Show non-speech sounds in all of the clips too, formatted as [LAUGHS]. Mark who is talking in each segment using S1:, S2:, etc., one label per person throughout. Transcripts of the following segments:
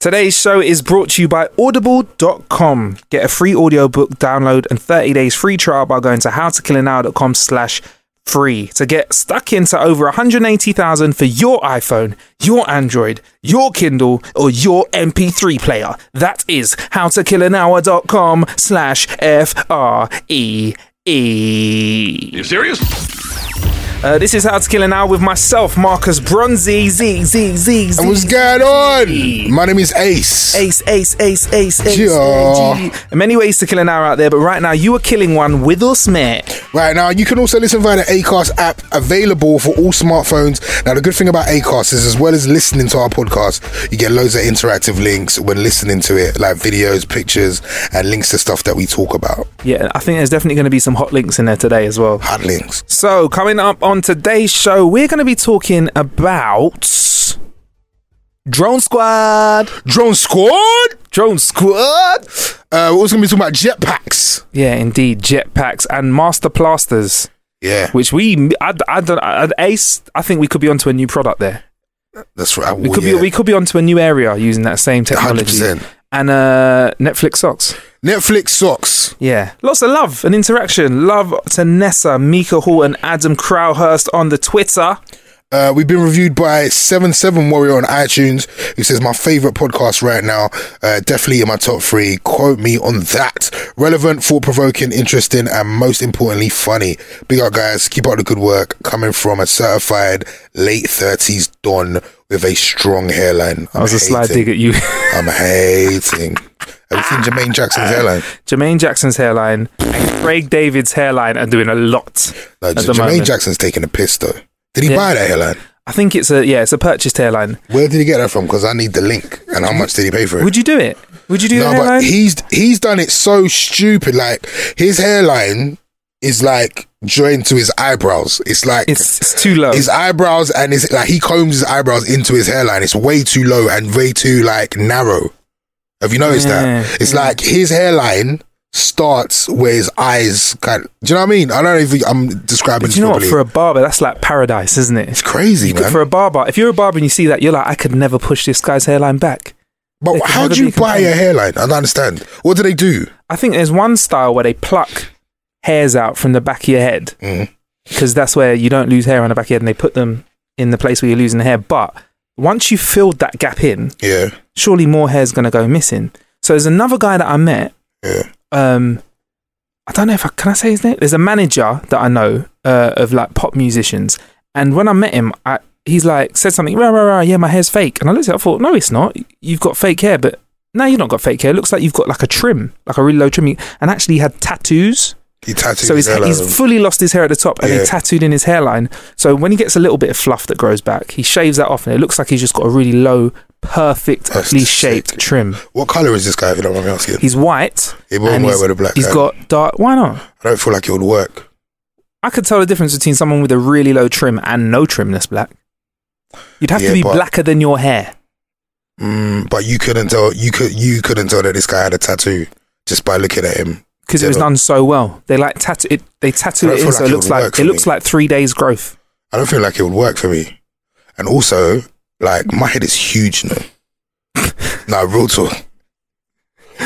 S1: Today's show is brought to you by audible.com. Get a free audiobook download and 30 days free trial by going to howtokillanow.com slash free to get stuck into over 180,000 for your iPhone, your Android, your Kindle, or your MP3 player. That is howtokillanhour.com slash E F-R-E-E.
S2: You serious?
S1: E. Uh, this is How to Kill an Hour with myself, Marcus Bronzy, Z, Z, Z, Z.
S3: And what's going on? My name is Ace.
S1: Ace, ace, ace, ace, ace.
S3: Yeah.
S1: Gee. Many ways to kill an hour out there, but right now you are killing one with us, mate.
S3: Right now, you can also listen via the Acast app, available for all smartphones. Now, the good thing about Acast is, as well as listening to our podcast, you get loads of interactive links when listening to it, like videos, pictures, and links to stuff that we talk about.
S1: Yeah, I think there's definitely going to be some hot links in there today as well.
S3: Hard links.
S1: So, coming up on today's show, we're going to be talking about Drone Squad.
S3: Drone squad.
S1: Drone Squad.
S3: Uh, we're also going to be talking about jetpacks.
S1: Yeah, indeed, jetpacks and master plasters,
S3: Yeah,
S1: which we, I, I don't, I, Ace, I think we could be onto a new product there.
S3: that's right.
S1: We
S3: Well,
S1: could
S3: Oh, yeah.
S1: be we could be onto a new area using that same technology.
S3: 100%.
S1: And uh, Netflix socks.
S3: Netflix socks.
S1: Yeah. Lots of love and interaction. Love to Nessa, Mika Hall, and Adam Crowhurst on the Twitter.
S3: Uh, we've been reviewed by Seven Seven Warrior on iTunes, who says my favorite podcast right now. Uh, definitely in my top three. Quote me on that. Relevant, thought provoking, interesting, and most importantly, funny. Big up, guys. Keep up the good work. Coming from a certified late thirties don with a strong hairline.
S1: That was a sly dig at you. [LAUGHS]
S3: I'm hating. Have you seen
S1: [LAUGHS]
S3: Jermaine Jackson's hairline?
S1: Jermaine Jackson's hairline and Craig David's hairline are doing a lot.
S3: No,
S1: at
S3: J-
S1: the
S3: Jermaine
S1: moment.
S3: Jackson's taking a piss though. Did he
S1: Yeah.
S3: buy that hairline?
S1: I think it's a yeah, it's a purchased hairline.
S3: Where did he get that from? Because I need the link. And how much did he pay for it?
S1: Would you do it? Would you do the
S3: no,
S1: hairline?
S3: but he's he's done it so stupid. Like his hairline is like joined to his eyebrows. It's like
S1: it's, it's too low.
S3: his eyebrows and his like he combs his eyebrows into his hairline. It's way too low and way too like narrow. Have you noticed
S1: Yeah,
S3: that? It's like his hairline starts where his eyes kind. do you know what I mean? I don't know if I'm describing.
S1: But
S3: it
S1: you know what?
S3: properly.
S1: For a barber, that's like paradise, isn't it?
S3: it's crazy,
S1: You could-
S3: man.
S1: for a barber, if you're a barber and you see that, you're like, I could never push this guy's hairline back.
S3: but
S1: it could
S3: how
S1: never
S3: do you
S1: be
S3: buy a
S1: compared.
S3: hairline? I don't understand. What do they do?
S1: I think there's one style where they pluck hairs out from the back of your head
S3: Mhm.
S1: because that's where you don't lose hair on the back of your head and they put them in the place where you're losing the hair. But once you've filled that gap in,
S3: Yeah,
S1: surely more hair's going to go missing. So there's another guy that I met.
S3: yeah.
S1: Um, I don't know if I can I say his name. There's a manager that I know uh, of like pop musicians, and when I met him, I, he's like said something. Rah, rah, rah, yeah, my hair's fake, and I looked at. It, I thought, no, it's not. You've got fake hair, but no, you've not got fake hair. It looks like you've got like a trim, like a really low trim, and actually he had tattoos.
S3: He tattoos
S1: so
S3: his
S1: he's,
S3: hairline.
S1: he's fully lost his hair at the top, and
S3: Yeah.
S1: he tattooed in his hairline. So when he gets a little bit of fluff that grows back, he shaves that off, and it looks like he's just got a really low,
S3: That's
S1: perfectly shaped
S3: sick.
S1: trim.
S3: what color is this guy? If you don't mind me asking.
S1: He's white.
S3: It won't
S1: and
S3: work
S1: he's-
S3: with a black
S1: He's
S3: guy.
S1: got dark. Why not?
S3: I don't feel like it would work.
S1: I could tell the difference between someone with a really low trim and no trim that's black. You'd have
S3: Yeah,
S1: to be
S3: but-
S1: blacker than your hair.
S3: Mm, but you couldn't tell you could you couldn't tell that this guy had a tattoo just by looking at him.
S1: Because it was
S3: Yeah, but-
S1: done so well, they like tattoo it. They tattoo
S3: I don't
S1: it in,
S3: feel
S1: so it
S3: like it
S1: looks
S3: would
S1: like
S3: work
S1: it
S3: for
S1: looks
S3: me.
S1: like three days growth.
S3: I don't feel like it would work for me. And also, like my head is huge
S1: [LAUGHS]
S3: now. nah, real talk.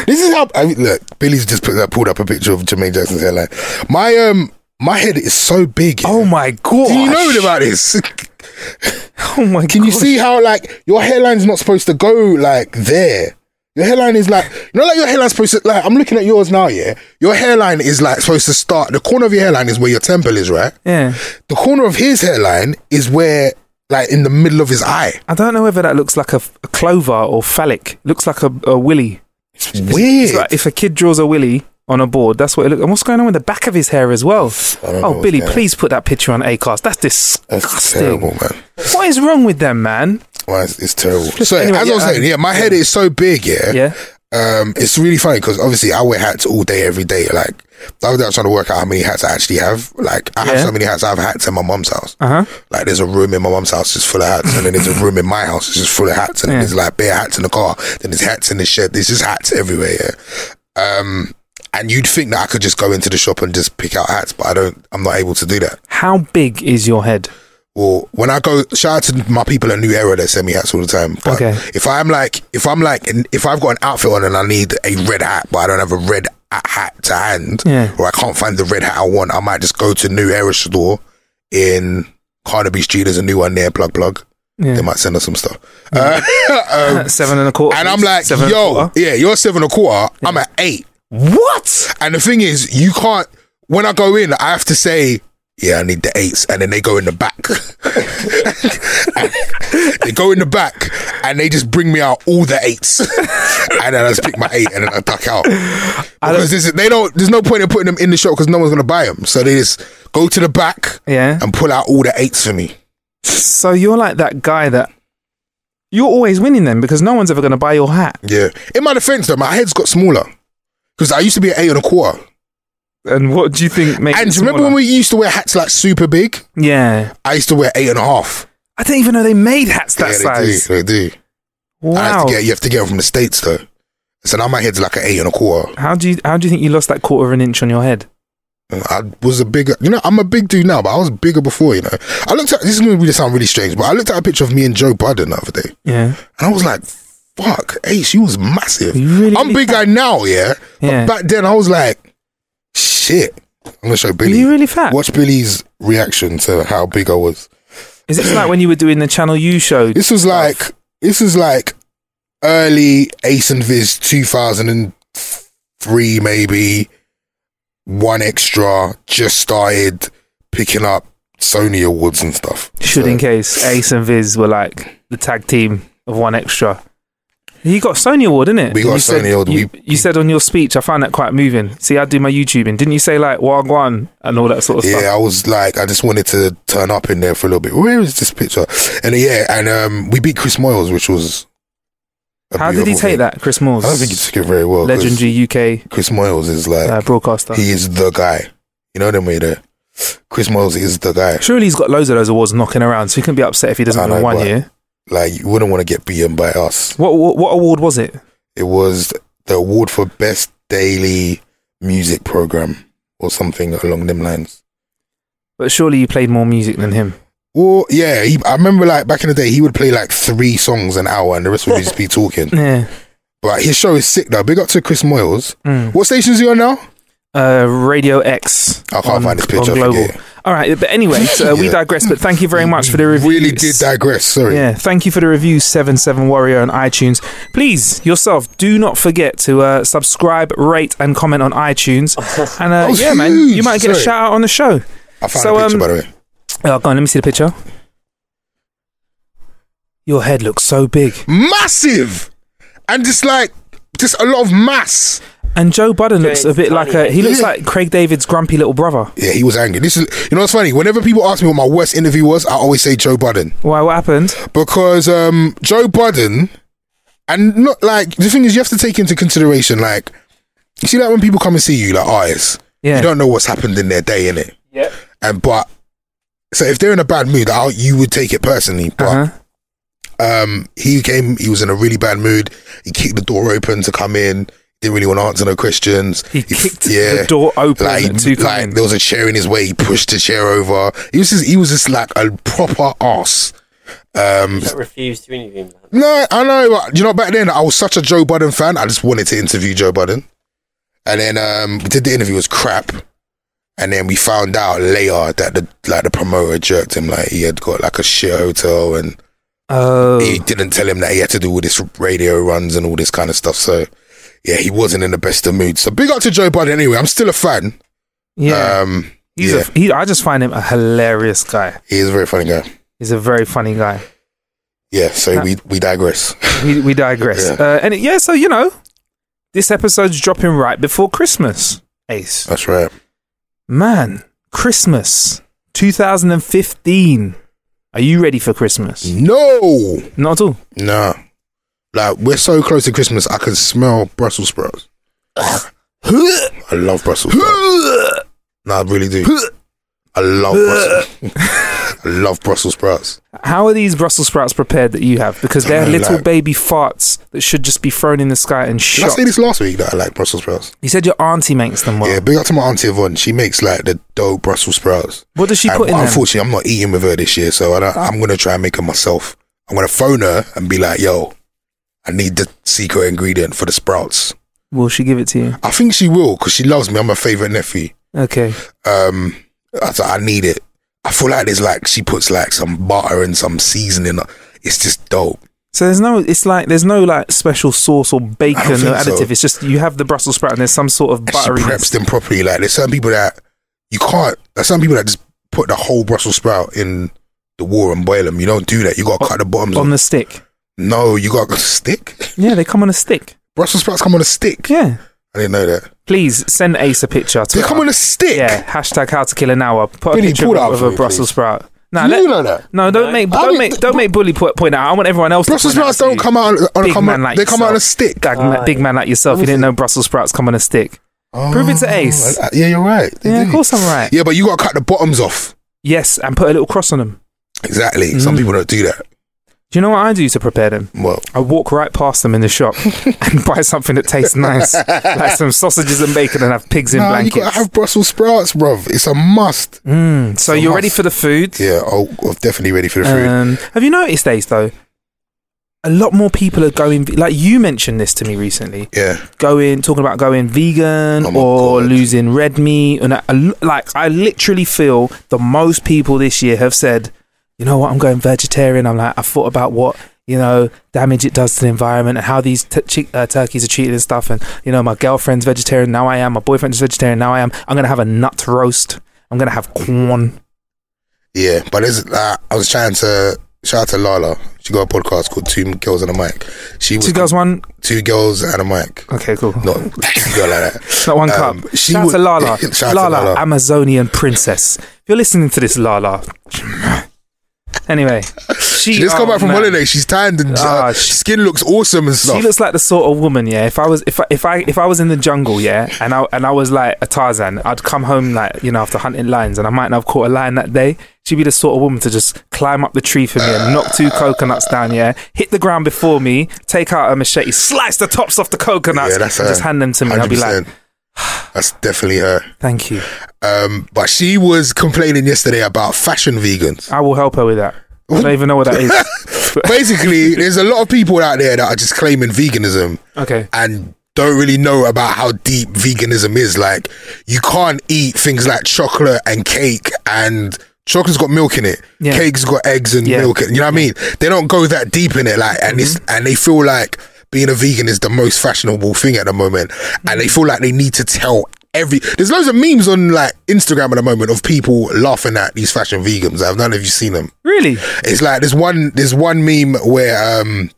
S3: This is how I mean, look. Billy's just put, that pulled up a picture of Jermaine Jackson's hairline. My um, my head is so big.
S1: Oh my god!
S3: Do you know about this?
S1: [LAUGHS]
S3: [LAUGHS]
S1: Oh my god.
S3: Can you see how like your hairline's not supposed to go like there? Your hairline is like you know like your hairline's supposed to like I'm looking at yours now, yeah. Your hairline is like supposed to start the corner of your hairline is where your temple is, right?
S1: Yeah.
S3: The corner of his hairline is where like in the middle of his eye.
S1: I don't know whether that looks like a, f- a clover or phallic. looks like a, a willy.
S3: It's weird.
S1: It's like if a kid draws a willy on a board, that's what it looks. And what's going on with the back of his hair as well?
S3: I don't know
S1: Oh,
S3: what's
S1: Billy,
S3: going on.
S1: please put that picture on Acast. That's
S3: That's
S1: disgusting.
S3: terrible, man.
S1: What is wrong with them, man?
S3: Well, it's, it's terrible. So
S1: anyway,
S3: as
S1: yeah,
S3: I was
S1: um,
S3: saying, yeah, my head is so big, yeah.
S1: Yeah.
S3: Um, it's really funny because obviously I wear hats all day, every day. Like the other day, I was trying to work out how many hats I actually have. Like I have
S1: Yeah.
S3: so many hats. I have hats in my mum's house.
S1: Uh huh.
S3: Like there's a room in my mum's house just full of hats, and then there's a room in my house that's just full of hats, and
S1: Yeah.
S3: then there's like bare hats in the car, then there's hats in the shed. There's just hats everywhere. Yeah. Um, and you'd think that I could just go into the shop and just pick out hats, but I don't. I'm not able to do that.
S1: How big is your head?
S3: Well, when I go, shout out to my people at New Era that send me hats all the time. But
S1: Okay.
S3: if I'm like, if I'm like, and if I've got an outfit on and I need a red hat, but I don't have a red a- hat to hand,
S1: Yeah.
S3: or I can't find the red hat I want, I might just go to New Era store in Carnaby Street. There's a new one there, plug plug. They might send us some stuff. Uh, [LAUGHS]
S1: [LAUGHS]
S3: um,
S1: Seven and a quarter.
S3: and I'm like,
S1: Seven and a
S3: yo,
S1: quarter.
S3: yeah, you're seven and a quarter. I'm at eight.
S1: what?
S3: And the thing is, you can't. When I go in, I have to say, "Yeah, I need the eights. and then they go in the back. [LAUGHS] they go in the back, and they just bring me out all the eights, [LAUGHS] and then I just pick my eight, and then I duck out because this is, they don't. There's no point in putting them in the shop because no one's gonna buy them. So they just go to the back
S1: Yeah.
S3: and pull out all the eights for me.
S1: So you're like that guy that you're always winning then because no one's ever going to buy your hat.
S3: Yeah. In my defense, though, my head's got smaller because I used to be an eight and a quarter.
S1: And what do you think makes?
S3: And
S1: it
S3: do you remember when
S1: smaller?
S3: we used to wear hats like super big?
S1: Yeah.
S3: I used to wear eight and a half.
S1: I didn't even know they made hats that size.
S3: They do. They do. I
S1: Wow.
S3: have to get, you have to get them from the states though. So now my head's like an eight and a quarter.
S1: How do you how do you think you lost that quarter of an inch on your head?
S3: I was a bigger, you know, I'm a big dude now, but I was bigger before. You know, I looked at this is gonna really sound really strange, but I looked at a picture of me and Joe Budden the other day,
S1: Yeah.
S3: and I was like, "Fuck, Ace, you was massive."
S1: You really-
S3: I'm big guy now, yeah.
S1: Yeah.
S3: But back then, I was like, "Shit." I'm gonna show Billy.
S1: you really fat?
S3: Watch Billy's reaction to how big I was.
S1: Is this like when you were doing the Channel U show?
S3: This was like this was like early Ace and Viz two thousand and three, maybe one extra just started picking up Sony awards and stuff.
S1: Should in case Ace and Viz were like the tag team of one extra. You got a Sony Award, didn't it?
S3: We got a
S1: you said-
S3: Sony Award,
S1: You,
S3: we-
S1: you said on your speech, I found that quite moving. See, I do my YouTubing. Didn't you say like Wagwan and all that sort of
S3: Yeah,
S1: stuff?
S3: I was like, I just wanted to turn up in there for a little bit. Where is this picture? And yeah, and um, we beat Chris Moyles, which was. a
S1: How did he
S3: beautiful
S1: take
S3: thing.
S1: that, Chris Moores?
S3: I don't think he took it very well. 'cause
S1: legendary UK
S3: Chris Moyles is like
S1: uh, broadcaster.
S3: he is the guy. You know what I mean? Uh, Chris Moyles is the guy.
S1: Surely he's got loads of those awards knocking around, so he can be upset if he doesn't
S3: I
S1: win
S3: know,
S1: one
S3: but-
S1: year.
S3: like you wouldn't want to get beaten by us.
S1: What, what what award was it?
S3: It was the award for best daily music program or something along them lines.
S1: But surely you played more music than him.
S3: Well, yeah, he, I remember like back in the day, he would play like three songs an hour, and the rest would
S1: [LAUGHS]
S3: just be talking.
S1: Yeah.
S3: But his show is sick though. Big up to Chris Moyles.
S1: Mm.
S3: What station is he on now?
S1: Uh, Radio X.
S3: I can't find this picture, I forget.
S1: All right, but
S3: [LAUGHS]
S1: anyway, so uh, we
S3: Yeah.
S1: digress. But thank you very much for the review.
S3: Really did digress. Sorry.
S1: Yeah, thank you for the review, Seven Seven Warrior on iTunes. Please, yourself, do not forget to uh, subscribe, rate, and comment on iTunes. [LAUGHS] And uh,
S3: was
S1: yeah, man, you
S3: huge.
S1: might get a
S3: Sorry.
S1: shout out on the show.
S3: I found
S1: So,
S3: a picture
S1: um,
S3: by the way.
S1: Oh, go on, let me see the picture. Your head looks so big.
S3: Massive, and just like just a lot of mass.
S1: And Joe Budden looks a bit like a. He looks
S3: Yeah.
S1: like Craig David's grumpy little brother.
S3: Yeah, he was angry. This is you know what's funny. Whenever people ask me what my worst interview was, I always say Joe Budden.
S1: Why? What happened?
S3: because um, Joe Budden, and not like the thing is, you have to take into consideration like you see, like when people come and see you, like artists,
S1: Yeah.
S3: you don't know what's happened in their day, innit? Yeah. And but so if they're in a bad mood, I, you would take it personally. But
S1: Uh-huh.
S3: um, he came, he was in a really bad mood. He kicked the door open to come in. Didn't really want to answer no questions.
S1: He kicked the door open
S3: Like,
S1: to come
S3: like
S1: in.
S3: there was a chair in his way. He pushed the chair over. He was just, he was just like a proper ass. Um,
S2: That refused to interview him. man.
S3: no, I know. But, you know, back then I was such a Joe Budden fan. I just wanted to interview Joe Budden, and then um, we did the interview. It was crap, And then we found out later that the like the promoter jerked him, like he had got like a shit hotel, and
S1: Oh,
S3: he didn't tell him that he had to do all this radio runs and all this kind of stuff. So yeah, he wasn't in the best of mood. So big up to Joe Budden anyway. I'm still a fan.
S1: yeah.
S3: Um,
S1: he's
S3: yeah,
S1: a, he, I just find him a hilarious guy.
S3: he is a very funny guy.
S1: He's a very funny guy.
S3: Yeah, so we we digress. [LAUGHS]
S1: We, we digress.
S3: Yeah.
S1: Uh, and it- yeah, so you know, this episode's dropping right before Christmas. Ace,
S3: That's right.
S1: man, Christmas 2015. Are you ready for Christmas?
S3: No,
S1: Not at all.
S3: no, like we're so close to Christmas. I can smell Brussels sprouts. I love Brussels sprouts. No, I really do. I
S1: [LAUGHS]
S3: love Brussels. I love Brussels sprouts.
S1: How are these Brussels sprouts prepared that you have? Because they're
S3: Don't know,
S1: little
S3: like-
S1: baby farts that should just be thrown in the sky and
S3: Did I
S1: shot.
S3: say this last week that I like Brussels sprouts?
S1: You said your auntie makes them well.
S3: Yeah, big up to my auntie Yvonne. She makes like the dope Brussels sprouts.
S1: What does she
S3: And
S1: put in them?
S3: unfortunately, I'm not eating with her this year, so I don't, I'm gonna try and make them myself. I'm gonna phone her and be like, "Yo, I need the secret ingredient for the sprouts."
S1: Will she give it to you?
S3: I think she will because she loves me. I'm her favorite nephew.
S1: Okay.
S3: Um, I was like, I need it. I feel like there's like she puts like some butter and some seasoning. It's just dope.
S1: So there's no, it's like there's no like special sauce or bacon
S3: I don't
S1: or
S3: think so.
S1: additive. It's just you have the Brussels sprout and there's some sort of
S3: And she preps
S1: butteriness.
S3: them properly. Like there's some people that you can't. There's some people that just put the whole Brussels sprout in the water and boil them. You don't do that. You got to cut the bottoms.
S1: on
S3: off.
S1: the stick.
S3: no, you got to stick. [LAUGHS]
S1: Yeah, they come on a stick.
S3: Brussels sprouts come on a stick.
S1: Yeah.
S3: I didn't know that.
S1: Please send Ace a picture. To
S3: They come on a stick.
S1: Yeah. Hashtag how to kill an hour. Put
S3: Billy,
S1: a picture
S3: pull that up
S1: of
S3: for
S1: a
S3: me,
S1: Brussels
S3: please.
S1: sprout. No,
S3: you
S1: let,
S3: know that.
S1: no, don't make,
S3: I
S1: don't
S3: mean,
S1: make,
S3: but-
S1: don't make bully point, point out. I want everyone else. to
S3: Brussels
S1: point out
S3: sprouts don't
S1: too.
S3: come out on a
S1: Big
S3: come
S1: man
S3: on,
S1: like
S3: They come out on a stick.
S1: Big, ma- big man like yourself. You didn't know Brussels sprouts come on a stick. Prove it to Ace.
S3: Oh, Yeah, you're right. They
S1: Yeah, of
S3: do.
S1: course I'm right.
S3: Yeah, but you got to cut the bottoms off.
S1: Yes, and put a little cross on them.
S3: Exactly. Some
S1: Mm.
S3: people don't do that.
S1: Do you know what I do to prepare them?
S3: Well,
S1: I walk right past them in the
S3: [LAUGHS]
S1: shop and buy something that tastes nice, like some sausages and bacon, and have pigs in
S3: nah, you
S1: blankets.
S3: gotta have Brussels sprouts, bruv. It's a must.
S1: Mm, so
S3: It's a
S1: you're ready
S3: must.
S1: for the food.
S3: Yeah, oh, I'm definitely ready for the food.
S1: Um, have you noticed, Ace? Though a lot more people are going. Like you mentioned this to me recently,
S3: yeah,
S1: going talking about going vegan
S3: Oh my
S1: or
S3: God.
S1: losing red meat, and I, I l- like I literally feel the most people this year have said, you know what, I'm going vegetarian. I'm like, I thought about what you know damage it does to the environment and how these t- chi- uh, turkeys are treated and stuff. And you know, my girlfriend's vegetarian now. I am. My boyfriend's vegetarian now. I am. I'm gonna have a nut roast. I'm gonna have corn.
S3: yeah. But there's, uh, I was trying to shout out to Lala. She got a podcast called Two Girls and a Mic. She was
S1: Two girls, one.
S3: Two girls and a mic.
S1: Okay, cool. [LAUGHS]
S3: Not you go like that.
S1: Not one
S3: Um,
S1: cup.
S3: she
S1: Shout out to
S3: would-
S1: Lala.
S3: [LAUGHS] Shout out to
S1: Lala,
S3: Lala.
S1: Amazonian princess. If you're listening to this, Lala. Anyway, she,
S3: She just come
S1: oh,
S3: back from
S1: man.
S3: holiday. She's tanned and uh,
S1: Ah, she-
S3: skin looks awesome and stuff.
S1: She looks like the sort of woman, yeah. If I was, if I, if I, if I was in the jungle, yeah, and I and I was like a Tarzan, I'd come home like you know after hunting lions, and I might not have caught a lion that day. She'd be the sort of woman to just climb up the tree for me and knock two coconuts down, yeah, hit the ground before me, take out a machete, slice the tops off the coconuts,
S3: yeah, that's
S1: and
S3: her.
S1: just hand them to me. i would be like,
S3: 100%. that's definitely her.
S1: thank you,
S3: Um, but she was complaining yesterday about fashion vegans.
S1: I will help her with that. I don't even know what that is.
S3: [LAUGHS] Basically, there's a lot of people out there that are just claiming veganism
S1: [LAUGHS] Okay.
S3: and don't really know about how deep veganism is. Like, you can't eat things like chocolate and cake and chocolate's got milk in it.
S1: Yeah.
S3: Cake's got eggs and
S1: Yeah. Mm-hmm.
S3: milk. in- You know what I mean? They don't go that deep in it. Like, and it's, and they feel like being a vegan is the most fashionable thing at the moment. And they
S1: Mm-hmm.
S3: feel like they need to tell every, there's loads of memes on like Instagram at the moment of people laughing at these fashion vegans. I don't know if you've seen them.
S1: Really?
S3: It's like there's one there's one meme where um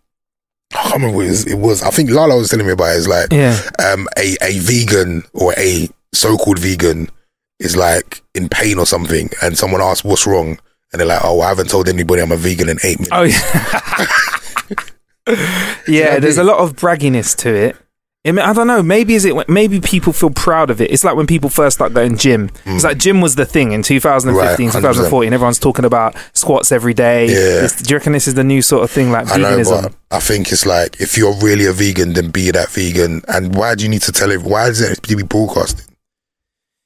S3: I can't remember what it was. It was I think Lala was telling me about. It. It's like
S1: Yeah.
S3: um a a vegan or a so called vegan is like in pain or something, and someone asks what's wrong, and they're like, oh, I haven't told anybody I'm a vegan in eight minutes.
S1: Oh, yeah. [LAUGHS] yeah, there's a lot of bragginess to it. I, mean, I don't know. Maybe is it? Maybe people feel proud of it. It's like when people first start going gym. It's like gym was the thing in 2015,
S3: Mm. Right,
S1: 2014. Everyone's talking about squats every day.
S3: Yeah.
S1: This, do you reckon this is the new sort of thing, like
S3: I know,
S1: veganism?
S3: but I think it's like if you're really a vegan, then be that vegan. And why do you need to tell it? Why does it have to be broadcasted?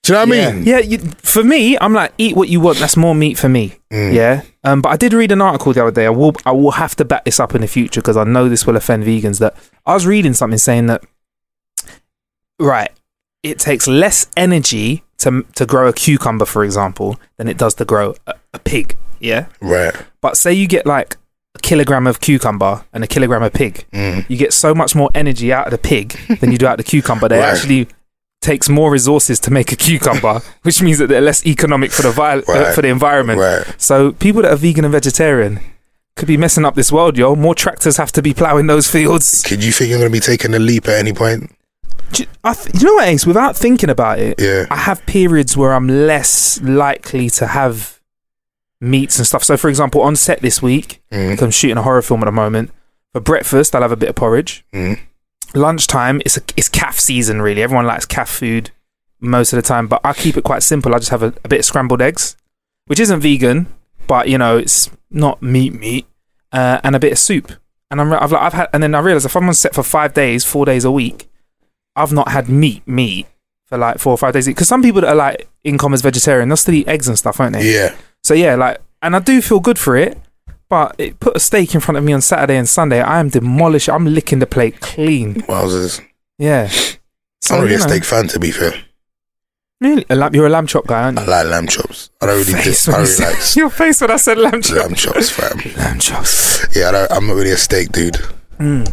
S3: Do you know what I mean?
S1: Yeah, you, for me, I'm like eat what you want. That's more meat for me. Yeah. Um, but I did read an article the other day. I will I will have to back this up in the future because I know this will offend vegans. That I was reading something saying that right, it takes less energy to to grow a cucumber, for example, than it does to grow a, a pig. Yeah.
S3: Right.
S1: But say you get like a kilogram of cucumber and a kilogram of pig,
S3: Mm.
S1: you get so much more energy out of the pig
S3: [LAUGHS]
S1: than you do out of the cucumber. That it
S3: Right.
S1: actually takes more resources to make a
S3: [LAUGHS]
S1: cucumber, which means that they're less economic for the vi- uh,
S3: Right.
S1: for the environment.
S3: Right.
S1: So people that are vegan and vegetarian could be messing up this world, yo. More tractors have to be plowing those fields.
S3: Could you think you're going to be taking a leap at any point?
S1: Do you, I th- you know what, Ace? Without thinking about it,
S3: Yeah.
S1: I have periods where I'm less likely to have meats and stuff. So, for example, on set this week,
S3: Mm.
S1: 'cause I'm shooting a horror film at the moment. For breakfast, I'll have a bit of porridge.
S3: Mm.
S1: Lunchtime, it's a, it's calf season, really. Everyone likes calf food most of the time, but I keep it quite simple. I just have a, a bit of scrambled eggs, which isn't vegan, but you know, it's not meat meat, uh, and a bit of soup. And I'm, re- I've, like, I've had, and then I realized if I'm on set for five days, four days a week, I've not had meat meat for like four or five days. Because some people that are like in commas vegetarian, they'll still eat eggs and stuff, won't they?
S3: Yeah.
S1: So yeah, like, and I do feel good for it, but it put a steak in front of me on Saturday and Sunday. I am demolished. I'm licking the plate clean.
S3: Wowzers.
S1: Yeah. So,
S3: I'm not really
S1: you
S3: a
S1: know,
S3: steak fan, to be fair.
S1: Really, a lamb, you're a lamb chop guy, aren't
S3: I
S1: you?
S3: like lamb chops. I don't really,
S1: Face
S3: dis- I
S1: when
S3: don't
S1: you
S3: really like
S1: said- [LAUGHS] your face when I said lamb chop.
S3: lamb chops, fam.
S1: Lamb chops.
S3: Yeah, I don't, I'm not really a steak dude. Yeah.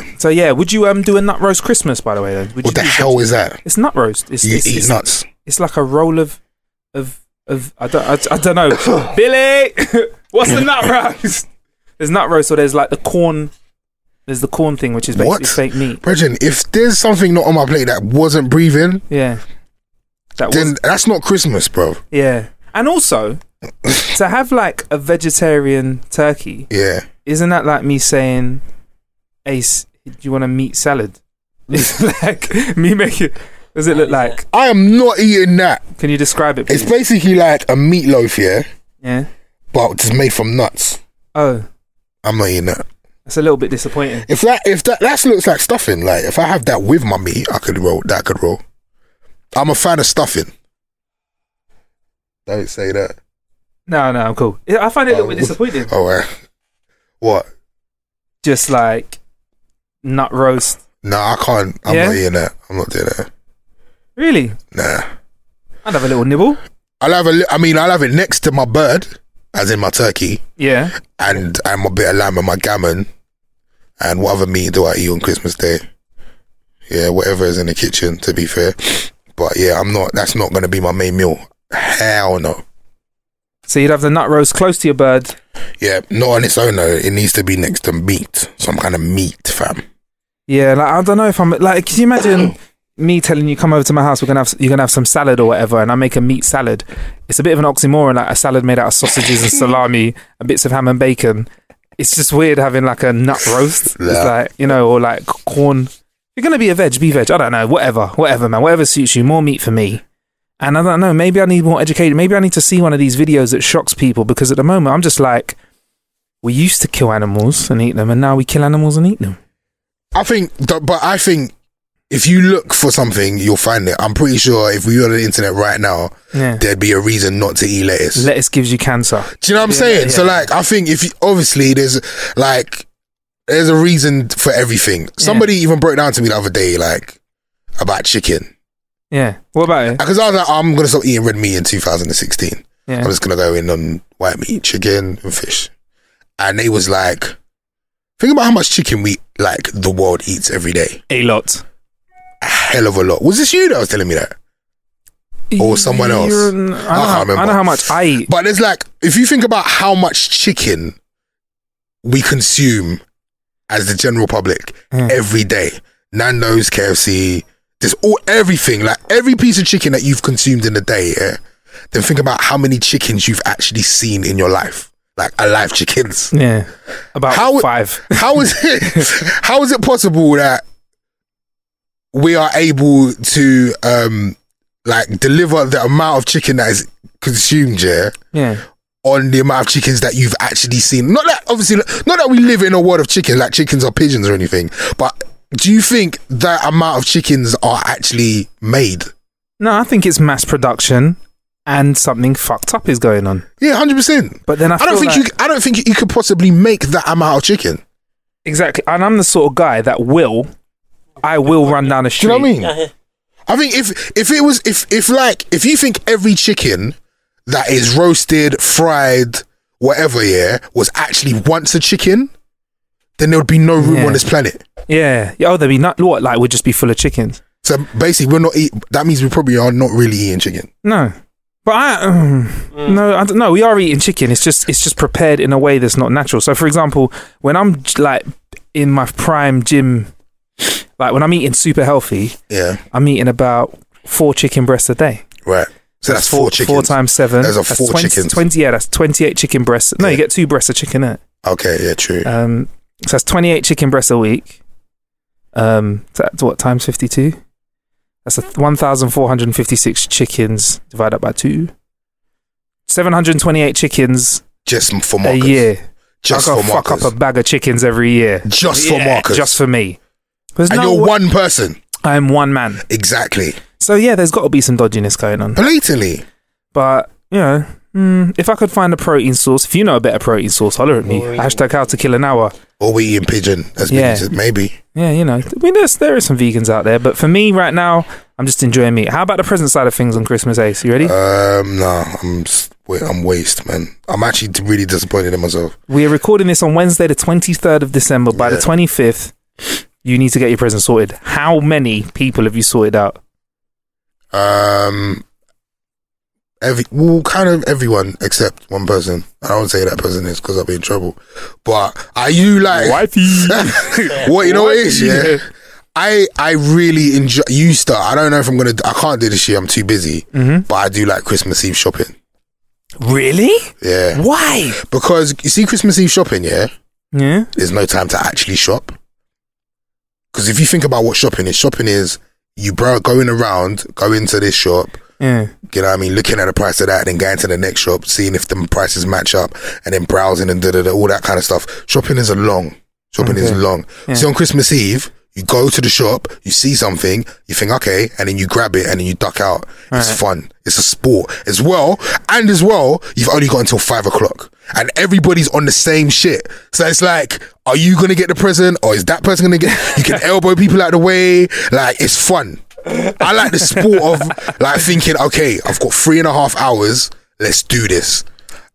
S1: Hmm. So yeah, would you um do a nut roast Christmas by the way? Then? Would
S3: What
S1: you
S3: the
S1: do-
S3: hell is that?
S1: It's nut roast. It's,
S3: You
S1: it's,
S3: eat
S1: it's,
S3: nuts.
S1: it's like a roll of of of I don't I, I don't know.
S3: [COUGHS]
S1: Billy, [LAUGHS] what's the nut roast? There's nut roast, or there's like the corn. There's the corn thing, which is basically
S3: What?
S1: fake meat.
S3: Brethren, if there's something not on my plate that wasn't breathing,
S1: Yeah. That
S3: then
S1: was
S3: that's not Christmas, bro.
S1: yeah. And also to have like a vegetarian turkey,
S3: Yeah.
S1: isn't that like me saying, Ace, do you want a meat salad? It's [LAUGHS] like me making does it look like
S3: I am not eating that.
S1: can you describe it
S3: It's
S1: please?
S3: basically like a meatloaf, yeah,
S1: yeah.
S3: but it's made from nuts.
S1: Oh,
S3: I'm not eating that.
S1: that's a little bit disappointing.
S3: If that if that that looks like stuffing, like if I have that with my meat, I could roll. That could roll. I'm a fan of stuffing. Don't say that.
S1: No, no, I'm cool. Yeah, I find it a little
S3: Oh.
S1: bit disappointing.
S3: Oh, uh, what?
S1: Just like nut roast.
S3: Nah, I can't. I'm
S1: Yeah?
S3: not eating that. I'm not doing that.
S1: Really?
S3: Nah.
S1: I'd have a little nibble.
S3: I'll have a. Li- I mean, I'll have it next to my bird, as in my turkey,
S1: Yeah.
S3: and and my bit of lamb and my gammon, and what other meat do I eat on Christmas Day? Yeah, whatever is in the kitchen. To be fair, but yeah, I'm not. That's not going to be my main meal. Hell no.
S1: So you'd have the nut roast close to your bird.
S3: Yeah, not on its own though. It needs to be next to meat, some kind of meat, fam.
S1: Yeah, like I don't know if I'm like. Can you imagine me telling you come over to my house? We're gonna have you're gonna have some salad or whatever, and I make a meat salad. It's a bit of an oxymoron, like a salad made out of sausages and salami and bits of ham and bacon. It's just weird having like a nut roast,
S3: Yeah.
S1: it's like you know, or like corn. If you're gonna be a veg, be veg. I don't know, whatever, whatever, man, whatever suits you. More meat for me. And I don't know, maybe I need more education. Maybe I need to see one of these videos that shocks people because at the moment I'm just like, we used to kill animals and eat them, and now we kill animals and eat them.
S3: I think, th- but I think if you look for something, you'll find it. I'm pretty sure if we were on the internet right now,
S1: Yeah.
S3: there'd be a reason not to eat lettuce.
S1: lettuce gives you cancer.
S3: Do you know what I'm saying? So
S1: yeah.
S3: like, I think if you, obviously there's like there's a reason for everything. Somebody even broke down to me the other day like about chicken
S1: Yeah. What about it?
S3: because I was like, I'm gonna stop eating red meat in 2016.
S1: Yeah.
S3: I'm just gonna go in on white meat, chicken, and fish. And they was like, think about how much chicken we like the world eats every day.
S1: A lot.
S3: A hell of a lot. Was this you that was telling me that? Or someone else.
S1: You're- I, know,
S3: I can't
S1: how- I
S3: remember.
S1: know how much I eat.
S3: But there's like, if you think about how much chicken we consume as the general public
S1: Mm.
S3: every day, Nando's, KFC, there's all everything, like every piece of chicken that you've consumed in a day, yeah. Then think about how many chickens you've actually seen in your life, like alive chickens.
S1: Yeah. About
S3: How-
S1: five.
S3: [LAUGHS] How is it? how is it possible that we are able to um like deliver the amount of chicken that is consumed? Yeah
S1: Yeah.
S3: on the amount of chickens that you've actually seen. Not that obviously, not that we live in a world of chickens, like chickens or pigeons or anything. But do you think that amount of chickens are actually made?
S1: No, I think it's mass production and something fucked up is going on.
S3: Yeah, hundred percent.
S1: But then I,
S3: I don't
S1: feel
S3: think
S1: like-
S3: you. I don't think you could possibly make that amount of chicken.
S1: Exactly. And I'm the sort of guy that will, I will run down the
S3: Do
S1: street.
S3: you know what I mean? I think if if it was if if like if you think every chicken that is roasted, fried, whatever, yeah, was actually once a chicken, then there would be no room
S1: Yeah.
S3: on this planet.
S1: Yeah. Yeah, Oh, there'd be not what like we'd just be full of chickens.
S3: So basically, we're not eat. That means we probably are not really eating chicken.
S1: No. But I um, no, I don't, no, we are eating chicken. It's just it's just prepared in a way that's not natural. So for example, when I'm j- like in my prime gym, like when I'm eating super healthy,
S3: Yeah,
S1: I'm eating about four chicken breasts a day.
S3: right. So that's, four, chickens.
S1: Four times seven.
S3: That's a
S1: That's
S3: four
S1: 20,
S3: chickens.
S1: 20, yeah, that's 28 chicken breasts. No, you get two breasts of chicken in it.
S3: Okay, yeah, true.
S1: Um, so that's 28 chicken breasts a week. Um, so that's what, times 52? That's a th- 1,456 chickens divided up by two. 728 chickens
S3: just for Marcus.
S1: a year.
S3: Just
S1: I
S3: for
S1: gotta fuck
S3: Marcus.
S1: up a bag of chickens every year.
S3: Just for Marcus.
S1: Just for me. There's
S3: and
S1: no
S3: you're
S1: wa-
S3: one person.
S1: I'm one man.
S3: Exactly.
S1: So yeah, there's got to be some dodginess going on.
S3: Blatantly.
S1: But you know, mm, if I could find a protein source, if you know a better protein source, holler at me. Hashtag how to kill an hour.
S3: Or we eating pigeon, as
S1: Yeah.
S3: yeah. said, maybe.
S1: Yeah, you know, I mean, there's there are some vegans out there, but for me right now, I'm just enjoying meat. How about the present side of things on Christmas Ace? You ready?
S3: Um, no, I'm s- wait, I'm waste, man. I'm actually d- really disappointed in myself.
S1: we are recording this on Wednesday, the 23rd of December. By
S3: Yeah.
S1: the 25th, you need to get your present sorted. How many people have you sorted out?
S3: Um, every well, kind of everyone except one person. I don't say that person is because I'll be in trouble. But are you like [LAUGHS] what you know what it is? Yeah. I I really enjoy. You start. I don't know if I'm gonna. d- I can't do this year. I'm too busy. But I do like Christmas Eve shopping.
S1: [LAUGHS] Really?
S3: Yeah.
S1: Why?
S3: Because you see, Christmas Eve shopping. Yeah.
S1: Yeah.
S3: there's no time to actually shop. Because if you think about what shopping is, shopping is you bro going around, go into this shop,
S1: Yeah.
S3: you know what I mean, looking at the price of that, then going to the next shop, seeing if the prices match up, and then browsing and da da da, all that kind of stuff. Shopping is a long. Shopping is long.
S1: Yeah.
S3: See, on Christmas Eve, you go to the shop, you see something, you think okay, and then you grab it and then you duck out. It's fun. It's a sport as well, and as well, you've only got until five o'clock, and everybody's on the same shit. So it's like, are you gonna get the present, or is that person gonna get? You can elbow people out the way. Like it's fun. I like the sport of like thinking, okay, I've got three and a half hours. Let's do this.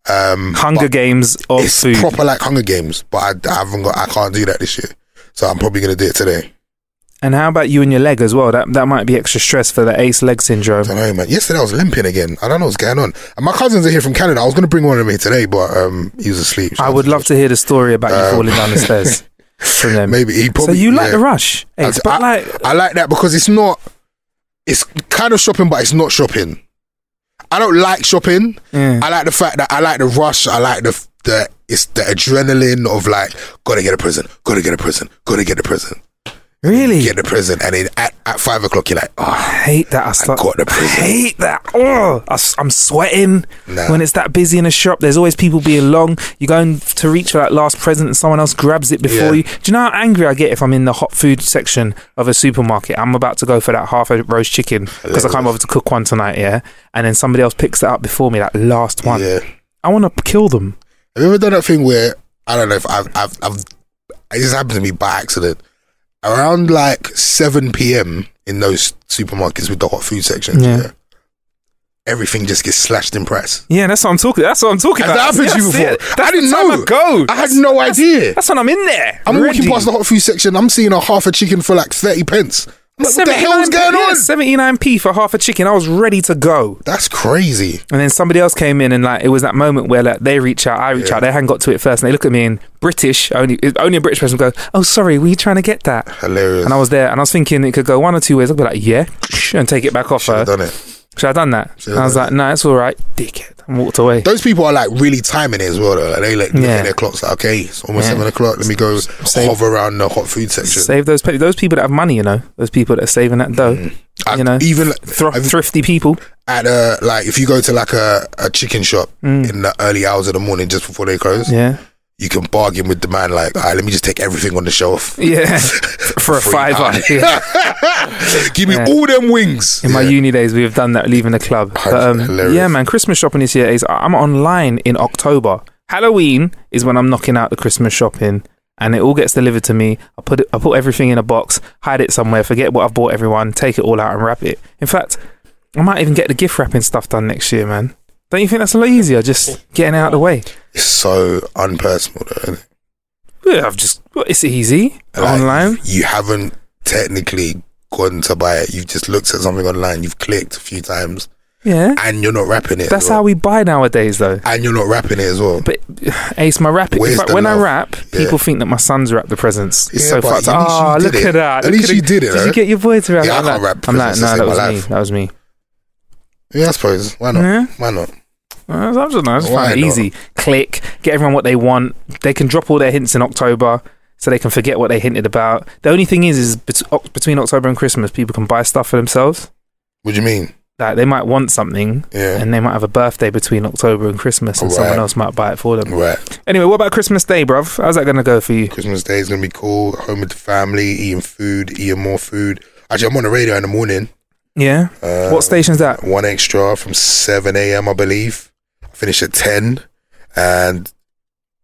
S3: Um,
S1: Hunger Games of
S3: it's
S1: food.
S3: proper like Hunger Games, but I, I haven't got. I can't do that this year, so I'm probably gonna do it today.
S1: and how about you and your leg as well? That that might be extra stress for the Ace leg syndrome.
S3: I don't know, man. Yesterday I was limping again. I don't know what's going on. And my cousins are here from Canada. I was gonna bring one of them here today, but um, he was asleep. so
S1: I would love to hear the story about you
S3: Um,
S1: falling down the stairs from them.
S3: [LAUGHS] Maybe he probably.
S1: so you like
S3: yeah.
S1: the rush,
S3: I,
S1: Ace, but
S3: I-
S1: like
S3: I like that because it's not. It's kind of shopping, but it's not shopping. I don't like shopping.
S1: Yeah.
S3: I like the fact that I like the rush. I like the the it's the adrenaline of like gotta get a present, gotta get a present, gotta get a present,
S1: really, Oh,
S3: get a present, and then at, at five o'clock you're like,
S1: I
S3: ah,
S1: hate that. I, start,
S3: got the
S1: I
S3: prison.
S1: hate that. Oh, I, am sweating
S3: Nah.
S1: when it's that busy in a shop. There's always people being long. You're going to reach for that last present, and someone else grabs it before
S3: Yeah.
S1: you. Do you know how angry I get if I'm in the hot food section of a supermarket? I'm about to go for that half a roast chicken because I can't bother to cook one tonight. Yeah, and then somebody else picks it up before me, that last one.
S3: yeah.
S1: I want to kill them.
S3: Have you ever done that thing where I don't know if I've I've, I've it just happened to me by accident around like seven p.m. in those supermarkets with the hot food sections.
S1: Yeah.
S3: Yeah. Everything just gets slashed in price.
S1: Yeah, that's what I'm talking. That's what I'm talking
S3: Has that
S1: about.
S3: happened to you
S1: That's it.
S3: before?
S1: That's
S3: I didn't
S1: the time
S3: know.
S1: go.
S3: I had no idea.
S1: That's when I'm in there.
S3: I'm
S1: ready.
S3: walking past the hot food section. I'm seeing a half a chicken for like thirty pence. I'm like, what the hell's
S1: 79p
S3: going
S1: yeah,
S3: on?
S1: 79p for half a chicken. I was ready to go.
S3: That's crazy.
S1: And then somebody else came in, and like it was that moment where like they reach out, I reach out, they hadn't got to it first, and they look at me in British only only a British person goes, "Oh, sorry, were you trying to get that?"
S3: Hilarious.
S1: And I was there, and I was thinking it could go one or two ways. I'd be like, "Yeah," and take it back off
S3: Should've
S1: her.
S3: done it.
S1: Should I have done that?
S3: Should've
S1: And I was
S3: done
S1: like, "No, it's all right, dickhead," and walked away.
S3: Those people are like really timing it as well. Though. Like, they like look
S1: Yeah.
S3: at their clocks. Like, okay, it's almost
S1: Yeah.
S3: seven o'clock. Let me go
S1: save-
S3: hover around the hot food section.
S1: Save those pe- those people that have money, you know, those people that are saving that dough,
S3: Mm. I-
S1: you know,
S3: even
S1: Thro-
S3: I've-
S1: thrifty people.
S3: at a like if you go to like a, a chicken shop in the early hours of the morning just before they close,
S1: Mm. Yeah, [LAUGHS]
S3: you can bargain with the man like, all right, let me just take everything on the shelf. [LAUGHS]
S1: yeah, for a
S3: Free
S1: fiver. [LAUGHS]
S3: [LAUGHS] pound."
S1: Yeah.
S3: Give me
S1: Yeah.
S3: all them wings.
S1: In my
S3: Yeah.
S1: uni days, we have done that leaving the club.
S3: That's
S1: But, um,
S3: hilarious.
S1: yeah, man, Christmas shopping this year is I'm online in October. Halloween is when I'm knocking out the Christmas shopping, and it all gets delivered to me. I put it, I put everything in a box, hide it somewhere, forget what I've bought everyone, take it all out and wrap it. In fact, I might even get the gift wrapping stuff done next year, man. Don't you think that's a lot easier? Just getting it out of the way.
S3: It's so unpersonal, though. isn't it?
S1: Yeah, I've just well, it's easy
S3: Like,
S1: online.
S3: You haven't technically gone to buy it. You've just looked at something online. You've clicked a few times,
S1: Yeah,
S3: and you're not wrapping it.
S1: that's
S3: as well.
S1: how we buy nowadays, though.
S3: And you're not wrapping it as well.
S1: But Ace, my rap. In
S3: Where's
S1: fact,
S3: the
S1: when I
S3: love?
S1: rap,
S3: Yeah.
S1: people think that my sons wrap the presents. It's
S3: Yeah,
S1: so
S3: but
S1: fucked.
S3: at least you
S1: Ah,
S3: did
S1: look
S3: it.
S1: at that!
S3: At
S1: look
S3: least
S1: it.
S3: you did it,
S1: Did
S3: though.
S1: you get your boy to rap?
S3: Yeah, I
S1: I'm
S3: can't
S1: like,
S3: wrap
S1: I'm like,
S3: presents,
S1: no,
S3: I
S1: that
S3: saved
S1: was
S3: my
S1: me.
S3: life.
S1: That was me.
S3: yeah, I suppose. Why not?
S1: Yeah.
S3: Why not?
S1: Uh, I don't know. It's
S3: Why
S1: fine,
S3: not?
S1: easy. Click, get everyone what they want. They can drop all their hints in October, so they can forget what they hinted about. The only thing is, is bet- oc- between October and Christmas, people can buy stuff for themselves.
S3: What do you mean?
S1: Like they might want something,
S3: Yeah.
S1: and they might have a birthday between October and Christmas, and someone
S3: Right.
S1: else might buy it for them.
S3: Right.
S1: Anyway, what about Christmas Day, bruv? How's that gonna go for you?
S3: Christmas Day is gonna be cool. Home with the family, eating food, eating more food. Actually, I'm on the radio in the morning.
S1: Yeah.
S3: Uh,
S1: what station's that?
S3: One extra from seven a.m. I believe. I finish at ten, and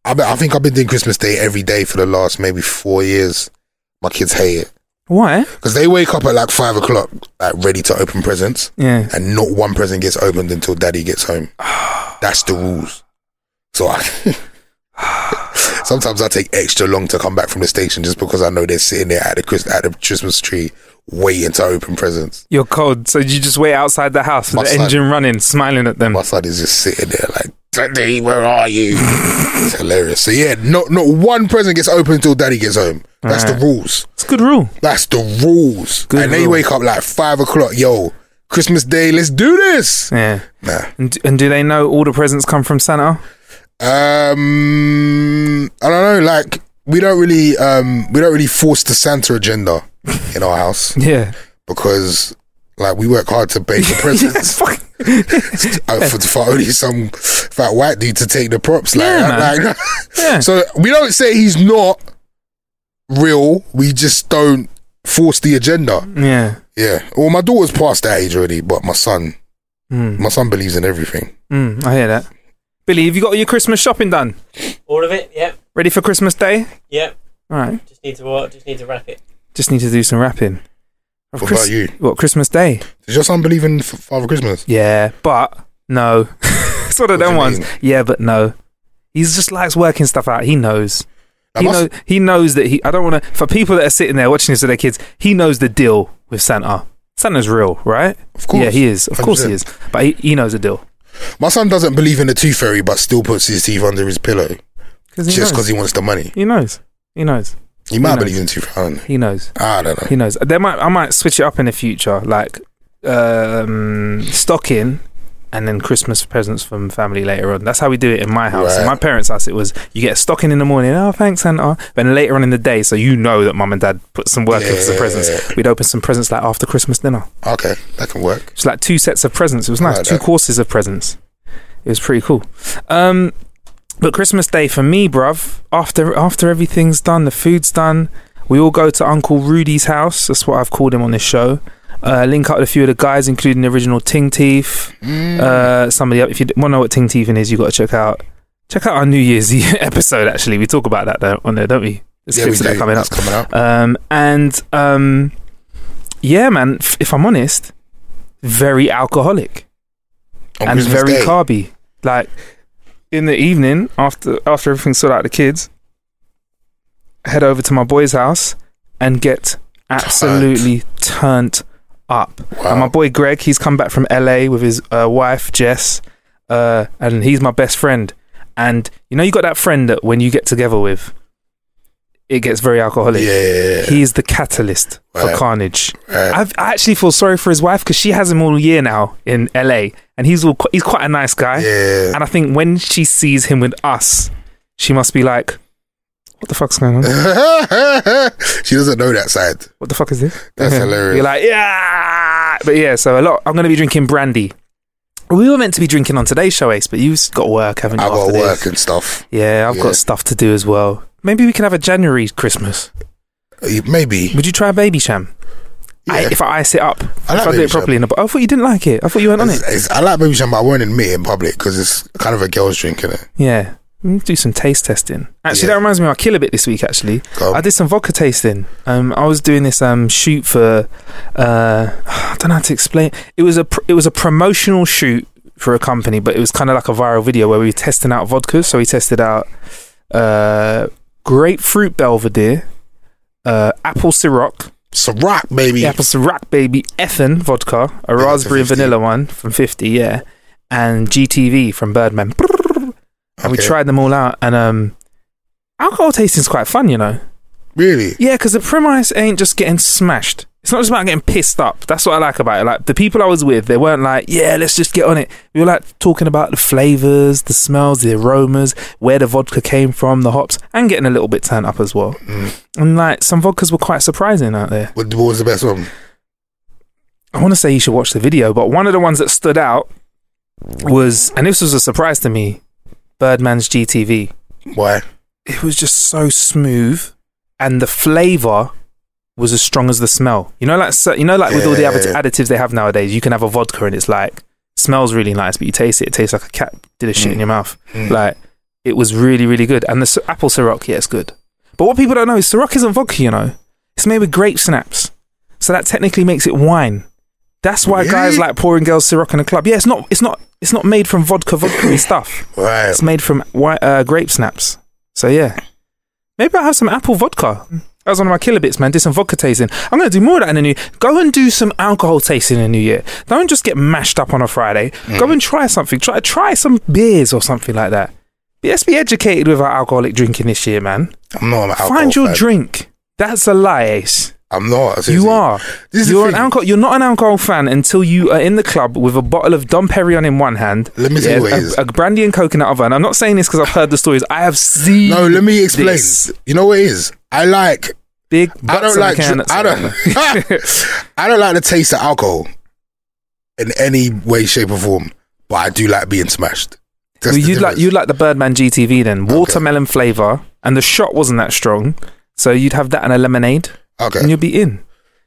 S3: I, be- I think I've been doing Christmas Day every day for the last maybe four years. My kids hate it
S1: Why?
S3: because they wake up at like five o'clock, like ready to open presents,
S1: Yeah.
S3: and not one present gets opened until Daddy gets home. That's the rules. So I. Sometimes I [LAUGHS] take extra long to come back from the station just because I know they're sitting there at the Chris, at the Christmas tree waiting to open presents.
S1: You're cold, so you just wait outside the house with
S3: Must
S1: the
S3: I-
S1: engine running, smiling at them.
S3: My son is just sitting there like, Daddy, where
S1: [LAUGHS]
S3: are you? it's hilarious. So yeah, not not one present gets opened until Daddy gets home. That's the
S1: Alright.
S3: rules.
S1: It's a good rule.
S3: That's the rules.
S1: Good
S3: and they
S1: rule.
S3: wake up like five o'clock. Yo, Christmas Day, let's do this.
S1: Yeah.
S3: Nah.
S1: And, and do they know all the presents come from Santa?
S3: Um, I don't know. Like we don't really um we don't really force the Santa agenda in our house
S1: Yeah.
S3: because like we work hard to bake the
S1: [LAUGHS]
S3: [LAUGHS]
S1: Yes,
S3: presents.
S1: fuck.
S3: uh, for, for only some fat white dude to take the props, like,
S1: Yeah,
S3: I-
S1: man.
S3: like-
S1: [LAUGHS] Yeah.
S3: so we don't say he's not real. We just don't force the agenda.
S1: yeah.
S3: Yeah. Well, my daughter's past that age already, but my son,
S1: Mm,
S3: my son believes in everything.
S1: mm, I hear that. Billy, have you got all your Christmas shopping done?
S2: All of it. Yep.
S1: Ready for Christmas Day?
S2: Yep.
S1: All right.
S2: Just need to what? Just need to wrap it.
S1: Just need to do some wrapping. Of
S3: What
S1: Chris-
S3: about you?
S1: What, Christmas Day?
S3: Does your son believe in F- Father Christmas?
S1: Yeah, but no. [LAUGHS] it's one of
S3: What do
S1: them
S3: you
S1: ones.
S3: mean?
S1: Yeah, but no. He just likes working stuff out. He knows.
S3: I
S1: He,
S3: must-
S1: know, he knows that he. I don't want to. For people that are sitting there watching this with their kids, he knows the deal with Santa. Santa's real, right?
S3: Of course.
S1: Yeah, he is. Of course he is.
S3: 100%.
S1: But he, he knows the deal.
S3: My son doesn't believe in the tooth fairy, but still puts his teeth under his pillow
S1: Cause he
S3: just
S1: knows.
S3: because he wants the money.
S1: He knows. He knows.
S3: He might
S1: knows?
S3: believe in tooth fairy. I don't know.
S1: He knows.
S3: I don't know.
S1: He knows. There might I might switch it up in the future, like um, stocking and then Christmas presents from family later on. That's how we do it in my house. In
S3: Right.
S1: my parents' house, it was you get a stocking in the morning. Oh, thanks, Santa. But then later on in the day, so you know that mum and dad put some work into the presents.
S3: Yeah.
S1: We'd open some presents like after Christmas dinner.
S3: Okay, that can work.
S1: Just like two sets of presents. It was nice.
S3: Right,
S1: two
S3: that-
S1: courses of presents. It was pretty cool. Um, but Christmas Day for me, bruv, after after everything's done, the food's done, we all go to Uncle Rudy's house. That's what I've called him on this show. Uh, link up with a few of the guys, including the original Ting Teeth.
S3: Mm.
S1: Uh, somebody up. If you want to know what Ting Teething is, you got to check out check out our New Year's [LAUGHS] episode. Actually, we talk about that though, on there, don't we? The
S3: Yeah, we
S1: clips that are
S3: do.
S1: coming up.
S3: It's coming up.
S1: Um, and um, yeah, man, f- if I'm honest, very alcoholic
S3: On
S1: and
S3: Christmas
S1: very
S3: Day.
S1: carby. Like in the evening, after after everything's sorted out, the kids head over to my boy's house and get absolutely turned up.
S3: Wow.
S1: And my boy Greg, he's come back from LA with his uh, wife Jess, uh, and he's my best friend. And you know, you got that friend that when you get together with, it gets very alcoholic.
S3: Yeah, yeah, yeah.
S1: He is the catalyst for
S3: Right.
S1: carnage.
S3: Right.
S1: I've, I actually feel sorry for his wife because she has him all year now in LA, and he's all qu- he's quite a nice guy.
S3: Yeah.
S1: And I think when she sees him with us, she must be like, "What the fuck's going on?
S3: [LAUGHS] she doesn't know that side.
S1: What the fuck is this?"
S3: [LAUGHS] That's hilarious.
S1: You're like, yeah, but yeah. So a lot. I'm going to be drinking brandy. We were meant to be drinking on today's show, Ace, but you've got work, haven't you?
S3: I got
S1: after this?
S3: work and stuff.
S1: Yeah, I've
S3: Yeah.
S1: got stuff to do as well. Maybe we can have a January Christmas.
S3: Eh, Maybe.
S1: Would you try a baby sham? I,
S3: Yeah.
S1: if I ice it up,
S3: I like
S1: if I do
S3: baby
S1: it properly. In the, bo- I thought you didn't like it. I thought you weren't on
S3: It's-
S1: it.
S3: it's- I like baby sham, but I won't admit it in public because it's kind of a girl's drink, innit?
S1: Yeah. Let me do some taste testing. Actually,
S3: Yeah.
S1: that reminds me, I kill a bit this week. Actually,
S3: Go on.
S1: I did some vodka tasting. Um, I was doing this um shoot for, uh, [SIGHS] I don't know how to explain. It was a pr- it was a promotional shoot for a company, but it was kind of like a viral video where we were testing out vodkas. So we tested out uh grapefruit Belvedere, uh apple Ciroc,
S3: Ciroc, baby.
S1: the apple Ciroc baby, Ethan vodka, a
S3: for
S1: raspberry and
S3: 50.
S1: vanilla one from fifty, yeah, and GTV from Birdman and we
S3: Okay.
S1: tried them all out. And um, alcohol tasting's quite fun, you know.
S3: Really?
S1: Yeah, because the premise ain't just getting smashed. It's not just about getting pissed up. That's what I like about it. Like the people I was with, they weren't like, "Yeah, let's just get on it." We were like talking about the flavors, the smells, the aromas, where the vodka came from, the hops, and getting a little bit turned up as well. And like some vodkas were quite surprising out there.
S3: What, what was the best one?
S1: I want to say you should watch the video, but one of the ones that stood out was, and this was a surprise to me, Birdman's GTV.
S3: Why?
S1: it was just so smooth, and the flavor was as strong as the smell. You know, like so, you know, like with all the
S3: Yeah.
S1: addit- additives they have nowadays, you can have a vodka and it's like smells really nice, but you taste it, it tastes like a cat did a shit
S3: Mm.
S1: in your mouth. Like it was really, really good. And the s- apple Ciroc, yeah, it's good. But what people don't know is Ciroc isn't vodka. You know, it's made with grape snaps, so that technically makes it wine. That's why guys
S3: Really?
S1: like pouring girls Ciroc in the club. Yeah, it's not, it's not, it's not made from vodka,
S3: [COUGHS]
S1: vodka stuff.
S3: Right.
S1: It's made from white uh, grape snaps. So yeah, maybe I'll have some apple vodka. That was one of my killer bits, man. Did some vodka tasting. I'm gonna do more of that in the new. Go and do some alcohol tasting in the new year. Don't just get mashed up on a Friday. Go and try something. Try try some beers or something like that. But Let's be educated with our alcoholic drinking this year, man.
S3: I'm not an alcohol
S1: Find your
S3: fan.
S1: drink. That's a lie, Ace.
S3: I'm not. seriously.
S1: You are.
S3: This is the
S1: you're an
S3: thing.
S1: alcohol. You're not an alcohol fan until you are in the club with a bottle of Dom Perignon in one hand.
S3: Let me tell you what it is.
S1: a, a brandy and coke in the other. And I'm not saying this because I've heard the stories. I have seen.
S3: No, let me explain.
S1: this.
S3: You know what it is? I like.
S1: Big.
S3: I don't like. dr- I [LAUGHS] don't. I don't like the taste of alcohol in any way, shape, or form. But I do like being smashed.
S1: [LAUGHS]
S3: That's
S1: well,
S3: the
S1: you'd like
S3: difference.
S1: you'd like the Birdman GTV then. Watermelon flavor, and the shot wasn't that strong, so you'd have that and a lemonade,
S3: Okay.
S1: and you'd be in.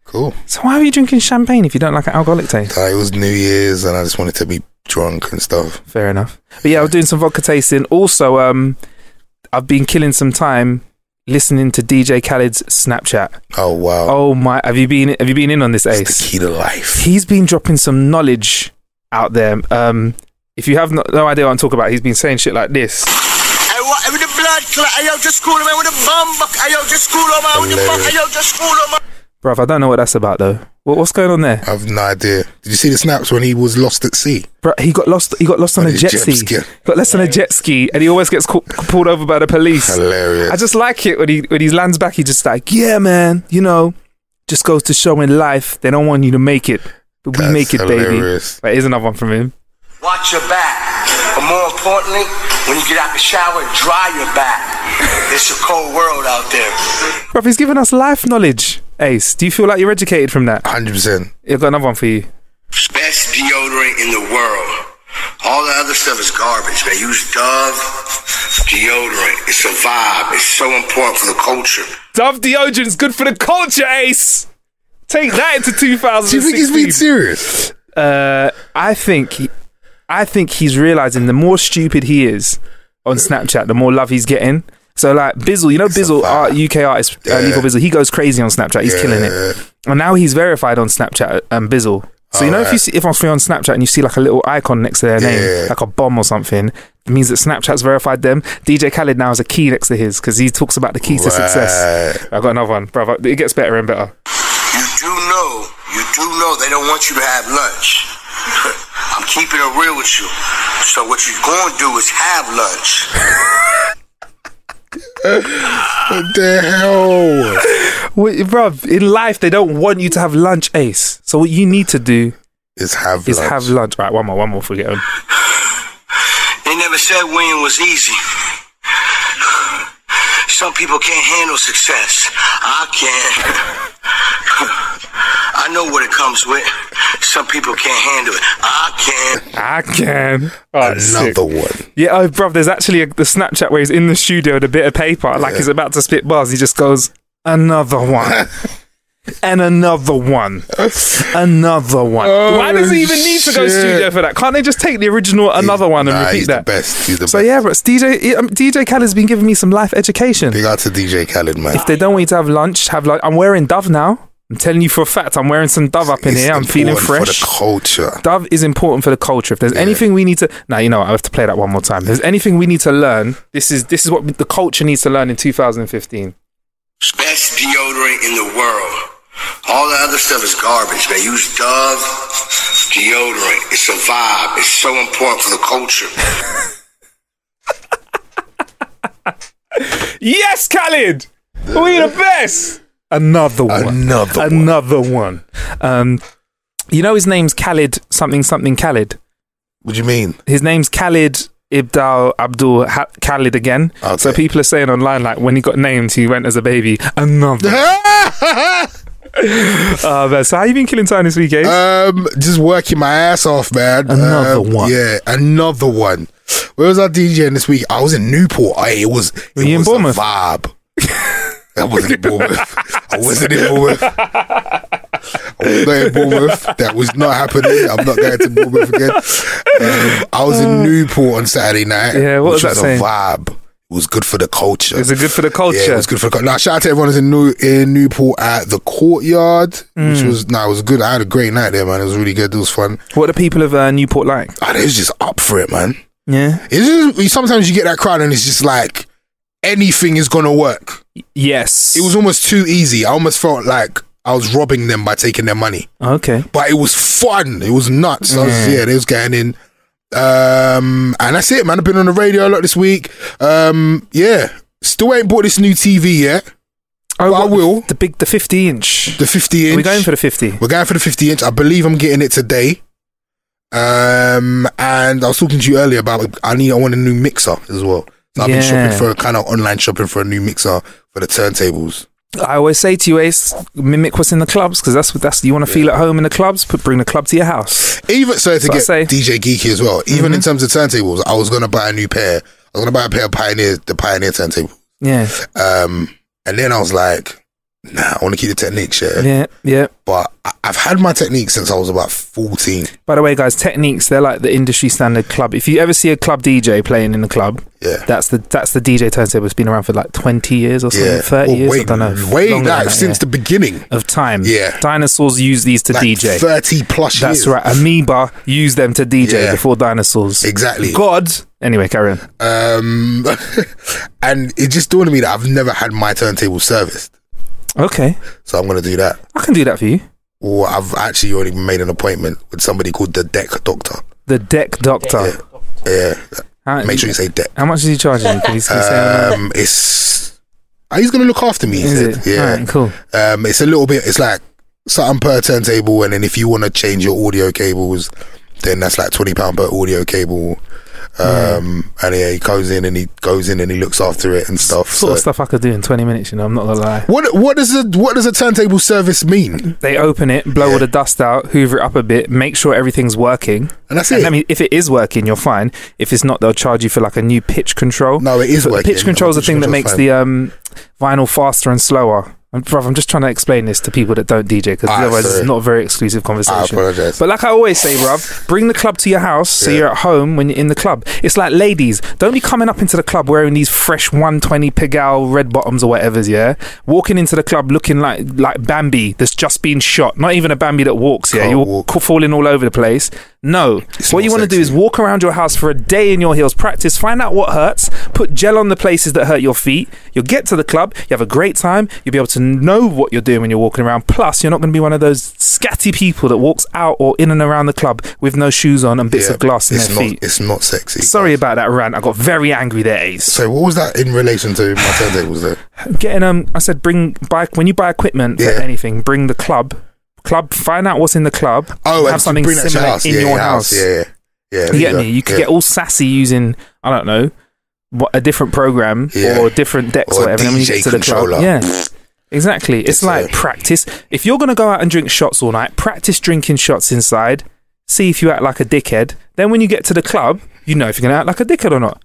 S3: cool.
S1: So why are you drinking champagne if you don't like an alcoholic taste?
S3: Uh, it was New Year's, and I just wanted to be drunk and stuff.
S1: Fair enough. But yeah, I was doing some vodka tasting. Also, um, I've been killing some time listening to DJ Khaled's Snapchat.
S3: Oh wow.
S1: Oh my! Have you been Have you been in on this
S3: It's the
S1: Ace?
S3: key to life.
S1: He's been dropping some knowledge out there. Um, if you have no, no idea what I'm talking about, he's been saying shit like this.
S4: I want with the blood clot. I yo just cool him out with the bomb. I yo just cool him out with the bomb. I yo just cool him out.
S1: Bruv, I don't know what that's about though. What, what's going on there?
S3: I've no idea. Did you see the snaps when he was lost at sea?
S1: Bruh, he got lost. He got lost on
S3: On
S1: a
S3: his
S1: jet
S3: jet
S1: ski.
S3: ski.
S1: Got lost on a jet ski, and he always gets caught, pulled over by the police.
S3: Hilarious.
S1: I just like it when he when he lands back. He just like, yeah, man. You know, just goes to show in life they don't want you to make it, but we
S3: That's
S1: make it,
S3: hilarious.
S1: baby. That is another one from him.
S4: Watch your back. But more importantly, when you get out the shower, dry your back. It's a cold world out there.
S1: Bruv, he's giving us life knowledge. Ace, do you feel like you're educated from that?
S3: Hundred percent.
S1: I've got another one for you.
S4: Best deodorant in the world. All the other stuff is garbage, man. Use Dove deodorant. It's a vibe. It's so important for the culture.
S1: Dove deodorant's good for the culture, Ace. Take that into 2016.
S3: Do you think he's being serious?
S1: Uh, I think, he- I think he's realizing the more stupid he is on Snapchat, the more love he's getting. So like Bizzle, you know Bizzle,
S3: fact.
S1: our UK artist, uh, Lethal Bizzle, he goes crazy on Snapchat. He's killing it, and now he's verified on Snapchat um, Bizzle. So you know if you see, if I'm free on Snapchat and you see like a little icon next to their name,
S3: Oh, Yeah.
S1: like a bomb or something, it means that Snapchat's verified them. DJ Khaled now has a key next to his because he talks about the key to success. I got another one, brother. It gets better and better.
S4: You do know, you do know they don't want you to have lunch. [LAUGHS] I'm keeping it real with you. So what you're going to do is have lunch.
S3: What the hell?
S1: Wait, bruv, in life they don't want you to have lunch, Ace. So what you need to do
S3: It's have
S1: is
S3: lunch.
S1: have lunch. Right, one more, one more. Before we
S3: [LAUGHS]
S1: get on.
S4: They never said winning was easy. Some people can't handle success. I can. I know what it comes with. Some people can't handle it. I can.
S1: I can. Oh,
S3: Another
S1: it's sick.
S3: one.
S1: Yeah, oh, bruv, there's actually a, the Snapchat where he's in
S3: [LAUGHS]
S1: the studio with a bit of paper, like he's about to spit bars. He just goes, another one. and another one, another one.
S3: Oh,
S1: Why does he even need to go
S3: shit.
S1: studio for that? Can't they just take the original, another one, and
S3: nah,
S1: repeat
S3: he's
S1: that?
S3: The best. He's the
S1: So
S3: best.
S1: yeah, but it's DJ um, DJ Khaled's been giving me some life education.
S3: Big out to DJ Khaled, man.
S1: If they don't want you to have lunch, have lunch. I'm wearing Dove now. I'm telling you for a fact, I'm wearing some Dove up in
S3: It's
S1: here. I'm feeling
S3: important
S1: fresh.
S3: for the culture.
S1: Dove is important for the culture. If there's anything we need to, now you know what, I have to play that one more time. If there's anything we need to learn, this is this is what the culture needs to learn in 2015.
S4: Best deodorant in the world. All the other stuff is garbage, man. Use Dove deodorant. It's a vibe. It's so important for the culture.
S1: Yes, Khalid, we the best. Another one.
S3: Another one.
S1: Another one. Um, you know his name's Khalid something something Khalid.
S3: What do you [LAUGHS] mean?
S1: his name's Khalid Ibdal Abdul ha- Khalid again.
S3: Okay.
S1: So people are saying online, like when he got named, he went as a baby.
S3: [LAUGHS]
S1: Another. uh, man, so how you been killing time this week, Ace?
S3: um, just working my ass off, man.
S1: Another
S3: Um,
S1: one.
S3: Yeah, another one. Where was I DJing this week? I was in Newport. I, it was. It
S1: you in
S3: was a
S1: Bournemouth?
S3: vibe. [LAUGHS] I wasn't in Bournemouth. I wasn't in Bournemouth. I was not in Bournemouth. That was not happening. I'm not going to Bournemouth again. Um, I was in Newport on Saturday night.
S1: Uh, Yeah, what was
S3: which
S1: that
S3: was
S1: saying?
S3: A vibe. It was good for the culture.
S1: Is it good for the culture?
S3: Yeah, it was good for the Now, shout out to everyone who's in, New- in Newport at the courtyard,
S1: Mm.
S3: which was, no, it was good. I had a great night there, man. It was really good. It was fun.
S1: What are people of uh, Newport like?
S3: Oh, they was just up for it, man.
S1: Yeah.
S3: It's just, sometimes you get that crowd and it's just like, anything is going to work.
S1: Yes.
S3: It was almost too easy. I almost felt like I was robbing them by taking their money.
S1: okay.
S3: But it was fun. It was nuts. I
S1: Mm.
S3: was, yeah, they was getting in. Um, and that's it, man. I've been on the radio a lot this week. Um, yeah. Still ain't bought this new TV yet.
S1: Oh,
S3: But I
S1: what-
S3: will.
S1: The big, the 50 inch.
S3: The 50 inch.
S1: Are we going for the 50?
S3: We're going for the 50 inch. I believe I'm getting it today. Um, and I was talking to you earlier about I need I want a new mixer as well. So I've been shopping
S1: Yeah.
S3: for kind of online shopping for a new mixer for the turntables.
S1: I always say to you, Ace, mimic what's in the clubs because that's what that's you want to feel at home in the clubs. Put bring the club to your house.
S3: Even so to
S1: what I
S3: get
S1: say. Mm-hmm.
S3: DJ geeky as well. Even in terms of turntables, I was gonna buy a new pair. I was gonna buy a pair of Pioneer, the Pioneer turntable.
S1: Yeah,
S3: Um, and then I was like, Nah, I want to keep the technique, yeah.
S1: yeah, yeah.
S3: But I, I've had my technique since I was about fourteen.
S1: By the way, guys, techniques, they're like the industry standard club. If you ever see a club DJ playing in the club,
S3: Yeah.
S1: that's the that's the DJ turntable. It's been around for like 20 years or something,
S3: yeah,
S1: 30
S3: Well,
S1: years,
S3: way,
S1: I don't know.
S3: way
S1: longer than
S3: back
S1: that,
S3: since
S1: yeah,
S3: the beginning.
S1: of time.
S3: Yeah.
S1: Dinosaurs use these to
S3: like
S1: DJ.
S3: 30 plus years.
S1: that's right. Amoeba used them to DJ
S3: Yeah.
S1: before dinosaurs.
S3: Exactly.
S1: God. Anyway, carry on.
S3: Um, [LAUGHS] and it just dawned on me that I've never had my turntable serviced.
S1: Okay.
S3: So I'm going to do that.
S1: I can do that for you.
S3: Or I've actually already made an appointment with somebody called the Deck Doctor.
S1: The Deck Doctor.
S3: Yeah.
S1: How,
S3: Make sure you say Deck.
S1: How much is he charging you? Can you say that?
S3: Um, it's. uh, He's going to look after me. He
S1: Is
S3: said.
S1: it?
S3: Yeah.
S1: Alright, cool.
S3: Um, it's a little bit. It's like something per turntable, and then if you want to change your audio cables, then that's like twenty pound per audio cable. Um, and yeah, he goes in and he goes in and he looks after it and stuff.
S1: Sort of
S3: so-
S1: stuff I could do in 20 minutes, you know, I'm not going to lie.
S3: What what does a what does a turntable service mean?
S1: They open it, blow all the dust out, hoover it up a bit, make sure everything's working.
S3: And that's
S1: And
S3: it.
S1: I mean, if it is working, you're fine. If it's not, they'll charge you for like a new pitch control.
S3: No, it is
S1: But the
S3: working.
S1: Pitch control is the
S3: Pitch
S1: thing that
S3: control's
S1: makes
S3: fine.
S1: the um, vinyl faster and slower. And bruv, I'm just trying to explain this to people that don't DJ because
S3: Ah,
S1: otherwise
S3: sorry.
S1: it's not a very exclusive conversation.
S3: apologise.
S1: But like I always say, bruv, bring the club to your house so
S3: Yeah.
S1: you're at home when you're in the club. It's like ladies, don't be coming up into the club wearing these fresh 120 Pigalle red bottoms or whatever's, yeah? Walking into the club looking like like Bambi that's just been shot. Not even a Bambi that walks, yeah?
S3: Can't
S1: You're
S3: walk.
S1: ca- falling all over the place. No. what
S3: not
S1: you want to do
S3: sexy.
S1: is walk around your house for a day in your heels, practice, find out what hurts, put gel on the places that hurt your feet. You'll get to the club, you have a great time, you'll be able to know what you're doing when you're walking around. Plus, you're not going to be one of those scatty people that walks out or in and around the club with no shoes on and bits
S3: Yeah,
S1: of glass in
S3: it's
S1: their
S3: not,
S1: feet.
S3: It's not sexy.
S1: Sorry about that rant. I got very angry there, Ace.
S3: So what was that in relation to my
S1: [LAUGHS]
S3: turntables? There,
S1: Getting um, I said bring buy when you buy equipment for
S3: Yeah.
S1: anything, bring the club. Club, find out what's in the club. have
S3: oh, and to
S1: something
S3: bring that to
S1: similar
S3: house.
S1: in
S3: yeah,
S1: your house.
S3: Yeah, yeah, yeah. there
S1: You get me? You could
S3: Yeah.
S1: get all sassy using I don't know what a different program
S3: Yeah.
S1: or different decks or,
S3: Or a
S1: whatever. and then when you
S3: DJ
S1: get to the club,
S3: controller.
S1: yeah. Exactly. It's
S3: That's
S1: like
S3: it.
S1: practice. If you're gonna go out and drink shots all night, practice drinking shots inside. See if you act like a dickhead. Then when you get to the club, you know if you're gonna act like a dickhead or not.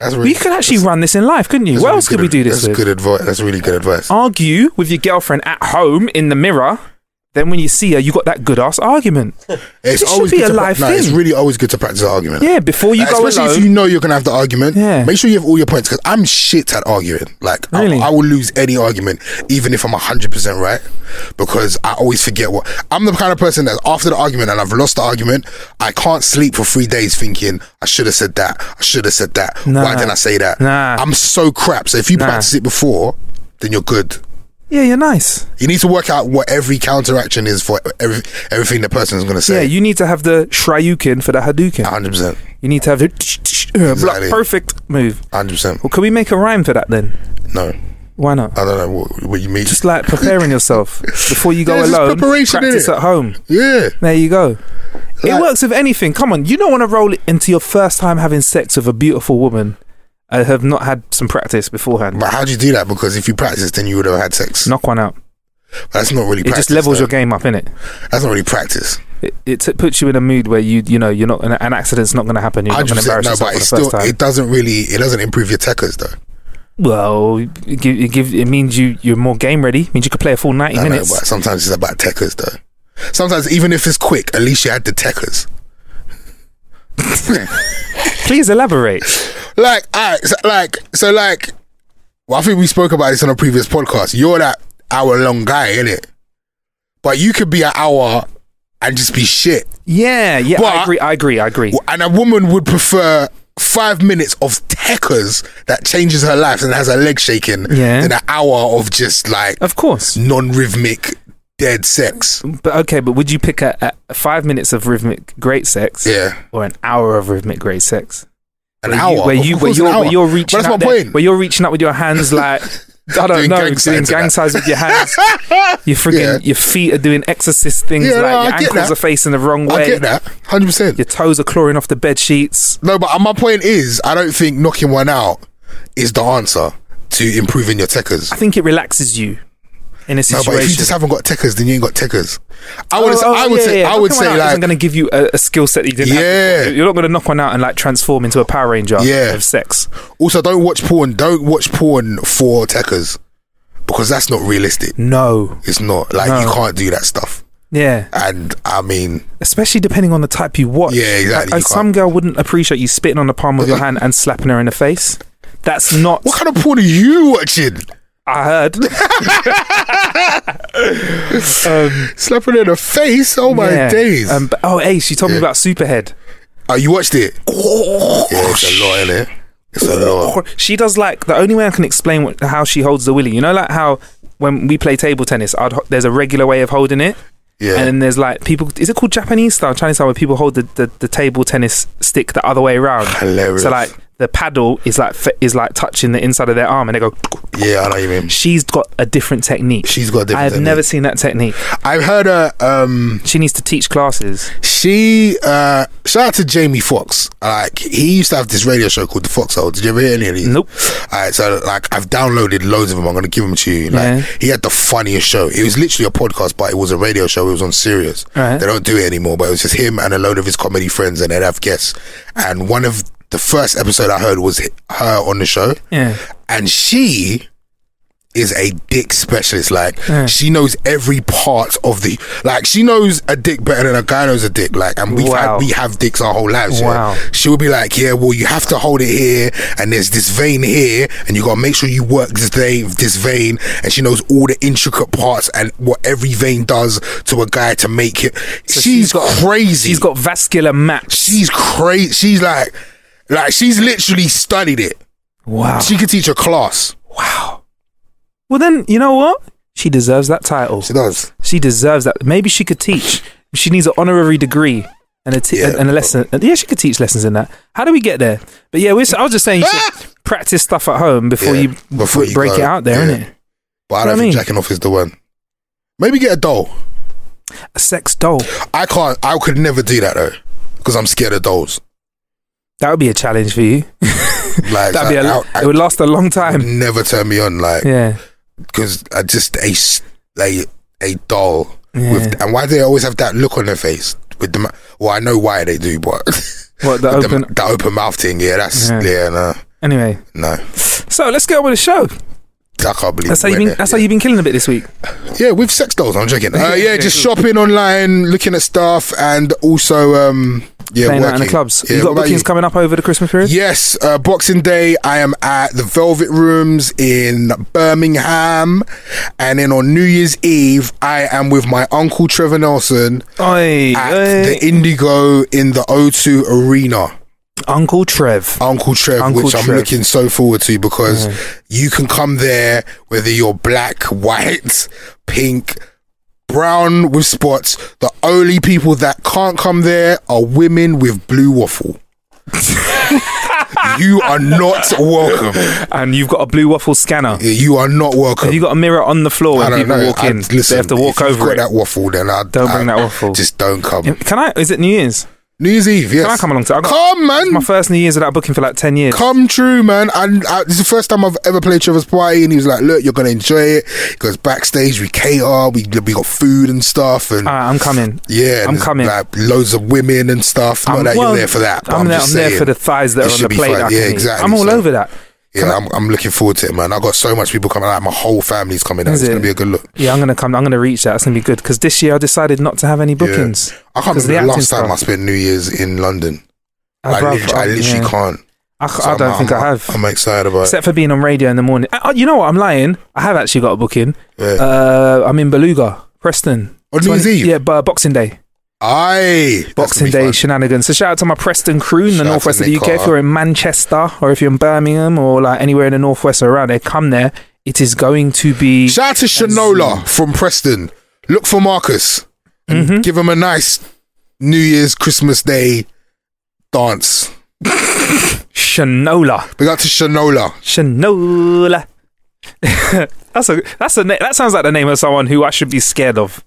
S3: That's
S1: We could actually run this in life, couldn't you?
S3: that's
S1: What
S3: really
S1: else could
S3: good
S1: we do
S3: ad-
S1: this
S3: That's
S1: with?
S3: good advice. That's really good advice.
S1: Argue with your girlfriend at home in the mirror. Then when you see her, you got that good ass
S3: [LAUGHS]
S1: argument.
S3: It's
S1: It should
S3: always
S1: be
S3: good
S1: a
S3: to pra-
S1: live
S3: no, It's
S1: thing.
S3: really always good to practice argument.
S1: Yeah, before you
S3: Like,
S1: go
S3: especially
S1: alone.
S3: if you know you're gonna have the argument.
S1: Yeah.
S3: Make sure you have all your points because I'm shit at arguing. Like I-
S1: Really?
S3: I, will lose any argument, even if I'm hundred percent right, because I always forget what I'm the kind of person that after the argument and I've lost the argument, I can't sleep for three days thinking I should have said that. I should have said that.
S1: Nah.
S3: Why didn't I say that?
S1: Nah.
S3: I'm so crap. So if you practice it before, then you're good.
S1: yeah, you're nice.
S3: You need to work out what every counteraction is for every, everything the person's gonna
S1: Yeah,
S3: say.
S1: you need to have the Shryukin for the Hadouken.
S3: hundred percent,
S1: You need to have the tsh, tsh, uh, block-
S3: Exactly.
S1: perfect move.
S3: hundred percent.
S1: Well, can we make a rhyme for that then?
S3: No.
S1: Why not?
S3: I don't know what, what you mean.
S1: Just like preparing yourself before you go
S3: Yeah, it's just
S1: alone.
S3: preparation,
S1: Practice
S3: innit?
S1: at home.
S3: yeah.
S1: There you go. it
S3: Like-
S1: works with anything. Come on, you don't want to roll it into your first time having sex with a beautiful woman. I have not had some practice beforehand.
S3: But how do you do that? Because if you practice, then you would have had sex.
S1: Knock one out.
S3: That's not really
S1: It
S3: practice.
S1: just levels
S3: though.
S1: your game up, innit?
S3: That's not really practice.
S1: It, it t- puts you in a mood where you you know you're not an, an accident's not going to happen. You're not going to
S3: 100%,
S1: embarrass
S3: no,
S1: yourself
S3: but
S1: for the
S3: it's
S1: first
S3: still,
S1: time.
S3: it doesn't really, it doesn't improve your techers though.
S1: well, it, give, it, give, it means you you're more game ready. It means you could play a full ninety
S3: I know,
S1: minutes.
S3: [LAUGHS] but sometimes it's about techers though. Sometimes even if it's quick, at least you had
S1: [LAUGHS]
S3: the techers.
S1: Please elaborate.
S3: Like, alright, so, like, so like, well, I think we spoke about this on a previous podcast. You're that hour long guy, innit? But you could be an hour and just be shit.
S1: Yeah, yeah, I
S3: But-
S1: agree. I agree. I agree.
S3: W- And a woman would prefer five minutes of techers that changes her life and has her leg shaking
S1: Yeah.
S3: than an hour of just like
S1: Of course.
S3: non rhythmic dead sex.
S1: But okay, but would you pick a, a five minutes of rhythmic great sex
S3: Yeah.
S1: or an hour of rhythmic great sex?
S3: An
S1: where
S3: hour.
S1: You, where, you,
S3: Of
S1: where,
S3: course, an
S1: you're,
S3: hour.
S1: where you're reaching
S3: But that's
S1: out
S3: my
S1: there-
S3: point.
S1: Where you're reaching out with your hands
S3: [LAUGHS]
S1: like I don't
S3: Doing
S1: know,
S3: gang
S1: doing
S3: signs
S1: gang
S3: and that.
S1: signs with your
S3: [LAUGHS]
S1: hands. Your freaking
S3: Yeah.
S1: your feet are doing exorcist things
S3: Yeah,
S1: like
S3: no, I
S1: your
S3: get
S1: ankles
S3: that.
S1: are facing the wrong
S3: I
S1: way.
S3: get that. 100%.
S1: Your toes are clawing off the bed sheets.
S3: No, but my point is, I don't think knocking one out is the answer to improving your techers.
S1: I think it relaxes you in a
S3: No,
S1: situation.
S3: but if you just haven't got techers, then you ain't got techers. I would,
S1: Oh,
S3: say,
S1: oh,
S3: I would
S1: yeah,
S3: say,
S1: yeah.
S3: I would
S1: Knocking one
S3: say,
S1: out
S3: like,
S1: isn't going to give you a, a skill set that you didn't. have
S3: Yeah.
S1: before. you're not going to knock one out and like transform into a Power Ranger.
S3: Yeah.
S1: of sex.
S3: Also, don't watch porn. Don't watch porn for techers because that's not realistic.
S1: No,
S3: It's not like you can't do that stuff.
S1: yeah,
S3: And I mean,
S1: especially depending on the type you watch.
S3: Yeah, exactly,
S1: Like,
S3: you
S1: some
S3: can't.
S1: girl wouldn't appreciate you spitting on the palm of your hand and slapping her in the face. That's not.
S3: what kind of porn are you watching?
S1: I heard.
S3: [LAUGHS]
S1: [LAUGHS]
S3: Slapping in the face? Oh my
S1: Um, Yeah.
S3: days!
S1: Um, but- oh, Ace, you told me
S3: Yeah.
S1: about Superhead.
S3: oh, you watched it? [LAUGHS] yeah, it's a lot, is it? It's a lot.
S1: She does like the only way I can explain what, how she holds the willy. You know, like how when we play table tennis, I'd, ho- there's a regular way of holding it.
S3: Yeah.
S1: And then there's like people. Is it called Japanese style, Chinese style, where people hold the, the, the table tennis stick the other way around?
S3: Hilarious.
S1: So like the paddle is like f- is like touching the inside of their arm, and they go.
S3: yeah, I know what you mean.
S1: She's got a different technique.
S3: She's got a different
S1: I've
S3: technique.
S1: never seen that technique.
S3: I've heard her. Um,
S1: She needs to teach classes.
S3: she uh, shout out to Jamie Foxx. Like he used to have this radio show called The Fox Hole. Did you ever hear any of these?
S1: Nope.
S3: All right, so like I've downloaded loads of them. I'm gonna give them to you. Like
S1: Yeah.
S3: he had the funniest show. It was literally a podcast, but it was a radio show. It was on Sirius.
S1: Right.
S3: They don't do it anymore, but it was just him and a load of his comedy friends, and they'd have guests. And one of the first episode I heard was her on the show
S1: Yeah.
S3: and she is a dick specialist. Like she knows every part of the like she knows a dick better than a guy knows a dick. Like and we've
S1: Wow.
S3: had we have dicks our whole lives. yeah.
S1: Wow.
S3: She will be like, Yeah, well you have to hold it here and there's this vein here and you gotta make sure you work this vein this vein and she knows all the intricate parts and what every vein does to a guy to make it she's,
S1: she's got-
S3: crazy.
S1: She's got vascular maps.
S3: she's crazy she's like like she's literally studied it.
S1: wow.
S3: She could teach a class.
S1: well, then you know what? She deserves that title.
S3: She does.
S1: She deserves that. Maybe she could teach. She needs an honorary degree and a t-
S3: Yeah.
S1: and a lesson. and yeah, she could teach lessons in that. How do we get there? But yeah, we're, s- I was just saying, you should
S3: [LAUGHS]
S1: practice stuff at home before
S3: Yeah,
S1: you
S3: before you
S1: break
S3: go.
S1: it out there,
S3: Yeah.
S1: innit?
S3: But I
S1: Know what I
S3: don't think
S1: mean?
S3: jacking off is the one. Maybe get a doll.
S1: A sex doll.
S3: I can't. I could never do that though, because I'm scared
S1: [LAUGHS]
S3: of dolls.
S1: That would be a challenge for you.
S3: Like
S1: That'd be a.
S3: I-
S1: lo-
S3: I-
S1: it would last a long time.
S3: [LAUGHS] never turn me on, like
S1: Yeah.
S3: because I just a s- like a doll
S1: Yeah.
S3: with. And why do they always have that look on their face with the? ma- Well, I know why they do, but [LAUGHS]
S1: What, the
S3: but
S1: open-
S3: the, open mouth thing. Yeah, that's
S1: Yeah.
S3: yeah, no,
S1: Anyway,
S3: no.
S1: so let's get on with the show.
S3: I can't believe
S1: That's how
S3: we
S1: you've
S3: went
S1: been.
S3: there.
S1: That's how you've been killing a bit this week.
S3: Yeah, with sex dolls.
S1: [LAUGHS]
S3: I'm joking. Uh, yeah, just shopping online, looking at stuff, and also um, yeah,
S1: playing out in the
S3: working.
S1: clubs.
S3: Yeah,
S1: you
S3: what
S1: got
S3: about
S1: bookings coming up over the Christmas period.
S3: Yes, uh, Boxing Day. I am at the Velvet Rooms in Birmingham, and then on New Year's Eve, I am with my uncle Trevor Nelson
S1: Oi,
S3: at
S1: oi.
S3: the Indigo in the O2 Arena.
S1: Uncle Trev.
S3: Uncle Trev,
S1: Uncle
S3: which I'm
S1: Trev.
S3: looking so forward to because you can come there whether you're black, white, pink, brown with spots. The only people that can't come there are women with blue waffle. [LAUGHS] you are not welcome.
S1: And you've got a blue waffle scanner.
S3: You are not welcome.
S1: Have you got a mirror on the floor when
S3: I don't
S1: people
S3: know.
S1: walk
S3: I-
S1: in? they have to
S3: if
S1: walk
S3: you've
S1: over
S3: got
S1: it.
S3: that waffle, then I
S1: Don't bring
S3: I-
S1: that waffle.
S3: Just don't come.
S1: Can I? Is it New Year's?
S3: New Year's Eve, yes.
S1: Can I come along to? I got-
S3: Come, man.
S1: It's my first New Year's without booking for like ten years.
S3: come true, man. And uh, this is the first time I've ever played Trevor's party, and he was like, "Look, you're gonna enjoy it." Because backstage we cater, we we got food and stuff, and
S1: Alright, I'm coming.
S3: yeah, and
S1: Uh, I'm
S3: there's,
S1: coming.
S3: Like loads of women and stuff. Not
S1: I'm-
S3: that
S1: well,
S3: you're there for that. But
S1: I'm,
S3: I'm,
S1: there,
S3: just
S1: I'm there
S3: saying,
S1: for the thighs that
S3: it
S1: are on
S3: should
S1: the
S3: be
S1: plate.
S3: fun.
S1: that I can
S3: Yeah,
S1: eat.
S3: exactly.
S1: I'm all
S3: So,
S1: over that.
S3: Yeah, I'm, I'm looking forward to it, man. I got so much people coming out. My whole family's coming out.
S1: Is
S3: It's gonna
S1: it?
S3: be a good look.
S1: Yeah, I'm gonna come. I'm gonna reach that. It's gonna be good because this year I decided not to have any bookings.
S3: Yeah. I can't
S1: 'Cause
S3: remember the
S1: acting
S3: last time I
S1: stuff.
S3: spent New Year's in London.
S1: Ah,
S3: I,
S1: bruv,
S3: literally, I
S1: I'm-
S3: literally
S1: yeah.
S3: can't.
S1: I, c-
S3: So
S1: I
S3: I'm-
S1: don't think
S3: I'm-
S1: I have.
S3: I'm excited about. it.
S1: Except for being on radio in the morning. Uh, uh, you know what? I'm lying. I have actually got a booking.
S3: Yeah.
S1: Uh, I'm in Beluga, Preston.
S3: On Oh, New Year's
S1: 20
S3: Eve?
S1: Yeah, but uh, Boxing Day.
S3: Aye, that's gonna
S1: Boxing
S3: be
S1: Day
S3: fun.
S1: shenanigans. So shout out to my Preston crew in the
S3: Shout out
S1: northwest
S3: to
S1: of the UK.
S3: Nicola.
S1: If you're in Manchester or if you're in Birmingham or like anywhere in the northwest or around there, come there. It is going to be.
S3: Shout out to Shanola from Preston. Look for Marcus. And Give him a nice New Year's Christmas Day dance.
S1: Shanola.
S3: Big up to Shanola.
S1: Shanola. [LAUGHS] that's a that's a na- that sounds like the name of someone who I should be scared of.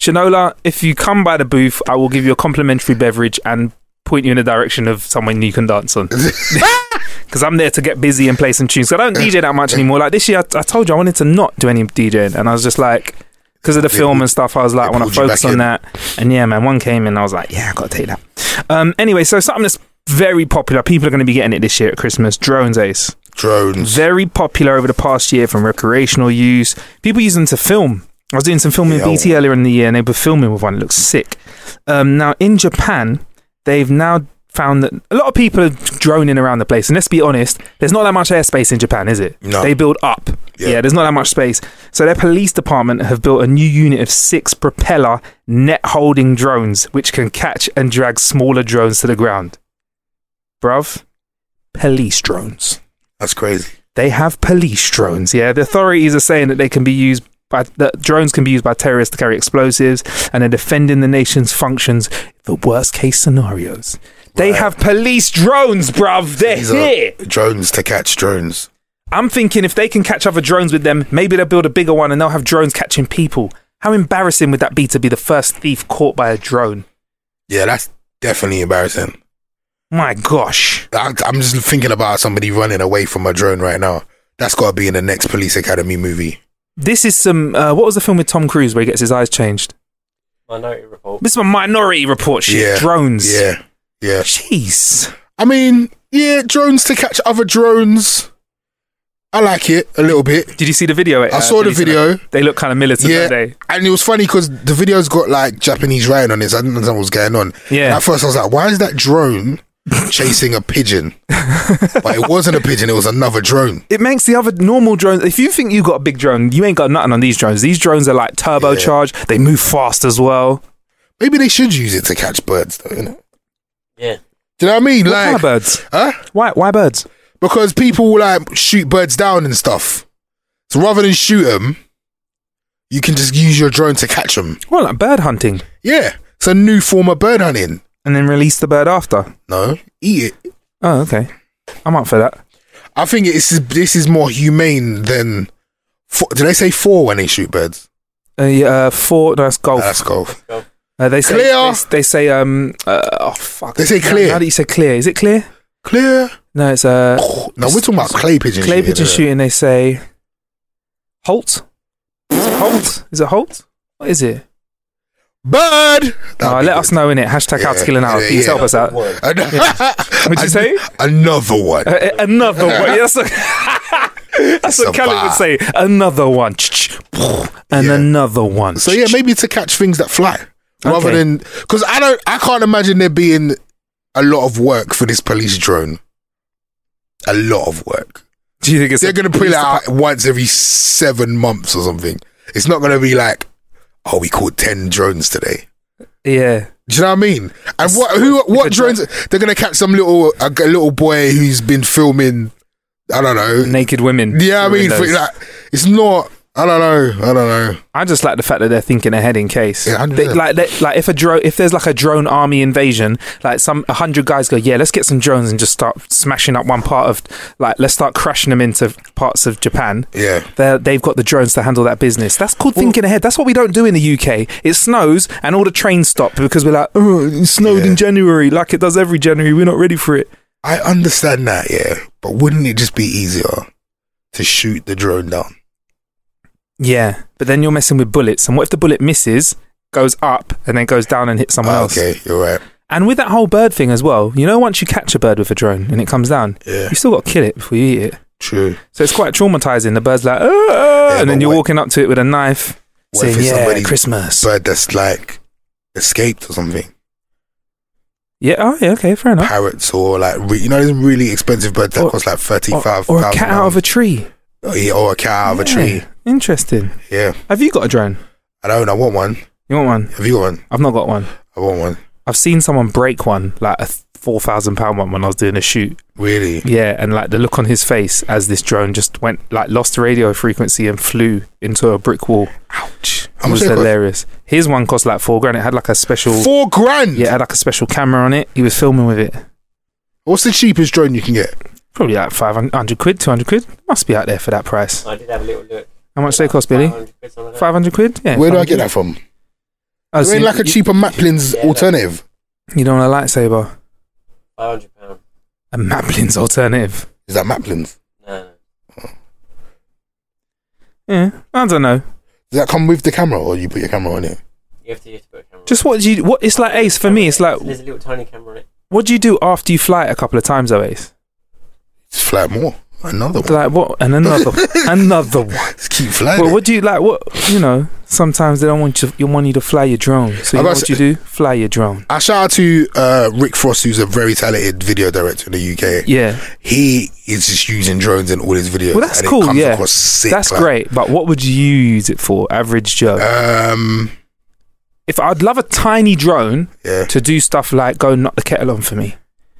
S1: Shanola, if you come by the booth, I will give you a complimentary beverage and point you in the direction of someone you can dance on. Because I'm there to get busy and play some tunes. 'Cause I don't DJ that much anymore. Like this year, I, I told you I wanted to not do any DJing, and I was just like, because of the film and stuff, I was like, I
S3: they
S1: want to
S3: pulled you
S1: focus
S3: back
S1: on
S3: in.
S1: that. And yeah, man, one came in, I was like, yeah, I got to take that. Um, anyway, so something that's very popular. People are going to be getting it this year at Christmas. Drones Ace
S3: [LAUGHS] Drones.
S1: very popular over the past year from recreational use. People use them to film. I was doing some filming in BT earlier in the year and they were filming with one. It looks sick. Um, now, in Japan, they've now found that a lot of people are droning around the place. And let's be honest, there's not that much airspace in Japan, is it?
S3: No.
S1: They build up. Yeah.
S3: Yeah.
S1: there's not that much space. So their police department have built a new unit of six propeller net holding drones, which can catch and drag smaller drones to the ground. Bruv, police drones
S3: That's crazy.
S1: they have police drones. Yeah, the authorities are saying that they can be used by that drones can be used by terrorists to carry explosives, and they're defending the nation's functions for worst case scenarios. They have police drones, bruv. They're
S3: These
S1: here.
S3: are drones to catch drones.
S1: I'm thinking if they can catch other drones with them, maybe they'll build a bigger one and they'll have drones catching people. How embarrassing would that be to be the first thief caught by a drone?
S3: Yeah, that's definitely embarrassing.
S1: My gosh.
S3: I, I'm just thinking about somebody running away from a drone right now. That's got to be in the next Police Academy movie.
S1: This is some. Uh, what was the film with Tom Cruise where he gets his eyes changed?
S2: Minority Report.
S1: This is a minority report shit.
S3: Yeah.
S1: Drones.
S3: Yeah. Yeah.
S1: Jeez.
S3: I mean, yeah, drones to catch other drones. I like it a little bit.
S1: Did you see the video? Uh,
S3: I saw the
S1: Felicia?
S3: video.
S1: They look kind of militant,
S3: yeah,
S1: don't they?
S3: and it was funny because the video's got like Japanese writing on it. So I didn't understand what was going on.
S1: Yeah.
S3: And at first, I was like, "Why is that drone [LAUGHS] chasing
S1: [LAUGHS]
S3: a pigeon?" but it wasn't a pigeon; it was another drone.
S1: It makes the other normal drones. If you think you got a big drone, you ain't got nothing on these drones. These drones are like turbocharged. They move fast as well.
S3: Maybe they should use it to catch birds, though. Innit?
S2: Yeah.
S3: Do you know what I mean?
S1: What
S3: like,
S1: kind of birds?
S3: huh?
S1: Why? Why birds?
S3: Because people will like shoot birds down and stuff. So rather than shoot them, you can just use your drone to catch them.
S1: Well, like bird hunting,
S3: Yeah, it's a new form of bird hunting.
S1: and then release the bird after.
S3: No, eat it.
S1: Oh, okay. I'm up for that.
S3: I think this is this is more humane than. Four, do they say four when they shoot birds?
S1: Uh, yeah, uh, four. No, that's
S3: Oh,
S1: golf.
S3: that's golf.
S1: Uh, they say.
S3: Clear.
S1: They, s- they say. Um. Uh, oh fuck.
S3: They say clear.
S1: How do you say clear? Is it clear?
S3: Clear.
S1: No, it's uh.
S3: No, we're talking about clay pigeon.
S1: clay
S3: shooting,
S1: pigeon
S3: innit?
S1: shooting. They say. Halt. Is it halt? Is it halt? What is it?
S3: Bird.
S1: Uh, let us know in it. Hashtag how to kill an hour.
S3: yeah,
S1: Please
S3: yeah.
S1: help us
S3: [LAUGHS]
S1: out.
S2: Word.
S1: What'd you say? [LAUGHS]
S3: Another one.
S1: Uh, another one. Yeah,
S3: [LAUGHS]
S1: That's, a- that's what
S3: a
S1: Callum would say.
S3: vibe.
S1: Another one. And
S3: Yeah.
S1: another one.
S3: So yeah, maybe to catch things that fly rather
S1: Okay.
S3: than because I don't, I can't imagine there being a lot of work for this police drone. A lot of work.
S1: Do you think it's
S3: They're
S1: a
S3: going to put
S1: police
S3: it out once every seven months or something. It's not going to be like, oh, we caught ten drones today.
S1: depart- Yeah.
S3: Do you know what I mean? And what who
S1: a
S3: what
S1: drone.
S3: drones? They're going to catch some little a, g- little boy who's been filming. I don't know.
S1: Naked women.
S3: Yeah, I
S1: through
S3: mean, for,
S1: windows.
S3: like, it's not. I don't know. I don't know.
S1: I just like the fact that they're thinking ahead in case.
S3: Yeah, I know.
S1: They- like, they- like if a drone, if there's like a drone army invasion, like some a hundred guys go, yeah, let's get some drones and just start smashing up one part of, like, let's start crashing them into parts of Japan. [LAUGHS]
S3: Yeah.
S1: They're, they've got the drones to handle that business. That's called thinking ahead. That's what we don't do in the UK. It snows and all the trains stop because we're like, oh, it snowed in
S3: Yeah.
S1: January, like it does every January. We're not ready for it.
S3: I understand that, yeah, but wouldn't it just be easier to shoot the drone down?
S1: Yeah, but then you're messing with bullets, and what if the bullet misses, goes up, and then goes down and hits someone else?
S3: Ah, Oh, okay, you're right.
S1: And with that whole bird thing as well, you know, once you catch a bird with a drone and it comes down,
S3: Yeah.
S1: you still got to kill it before you eat it.
S3: True.
S1: So it's quite traumatizing. The bird's like, "Ah,"
S3: Yeah,
S1: and then
S3: but
S1: you're
S3: what-
S1: walking up to it with a knife,
S3: What if
S1: saying,
S3: it's
S1: "Yeah,
S3: somebody's
S1: Christmas."
S3: Bird that's like escaped or something.
S1: yeah, oh yeah, okay, fair enough.
S3: Parrots or like re- you know, there's really expensive birds that
S1: Or-
S3: cost like thirty
S1: Or,
S3: five.
S1: or a cat out of a tree.
S3: tree. Or a cat out of a
S1: Yeah,
S3: tree.
S1: Interesting.
S3: Yeah,
S1: Have you got a drone?
S3: I don't. I want one.
S1: You want one?
S3: Have you got one?
S1: I've not got one.
S3: I want one.
S1: I've seen someone break one, like a four thousand pound one, when I was doing a shoot.
S3: Really?
S1: Yeah, and like the look on his face as this drone just went like lost the radio frequency and flew into a brick wall. Ouch! It
S3: How much
S1: was
S3: did it cost?
S1: hilarious. His one cost like four grand. It had like a special
S3: Four grand.
S1: yeah, it had like a special camera on it. He was filming with it.
S3: What's the cheapest drone you can get?
S1: Probably like five hundred quid, two hundred quid. Must be out there for that price.
S2: I did have a little look.
S1: How much they cost, Billy?
S2: 500 quid, something like that.
S1: Five hundred quid. Yeah.
S3: Where do I
S1: 500.
S3: get that from?
S1: Oh, so
S3: They're
S1: you-
S3: like a
S1: you-
S3: cheaper Maplin's
S2: Yeah,
S3: alternative.
S1: You don't want a lightsaber?
S2: 500 pound.
S1: A Maplin's alternative.
S3: Is that Maplin's?
S2: No, no.
S1: Yeah, I don't know.
S3: Does that come with the camera, or you put your camera on it?
S2: You have to, you have to put a camera.
S1: Just what do you? What it's like, Ace. For me, it's like,
S2: there's a little tiny camera on it.
S1: what do you do after you fly it a couple of times, though, Ace?
S3: Just fly more. Another one.
S1: Like what? And
S3: [LAUGHS]
S1: another, another one.
S3: Just keep flying.
S1: Well, what do you like? What you know? Sometimes they don't want you, you want you to fly your drone. So you
S3: I've
S1: know
S3: got
S1: what
S3: s-
S1: you do? Fly your drone.
S3: I shout out to uh, Rick Frost, who's a very talented video director in the UK.
S1: Yeah.
S3: He is just using drones in all his videos.
S1: Well, that's
S3: and it
S1: cool.
S3: comes
S1: Yeah,
S3: across sick,
S1: that's
S3: like,
S1: great. But what would you use it for, average Joe?
S3: Um,
S1: if I'd love a tiny drone
S3: yeah,
S1: to do stuff like go knock the kettle on for me,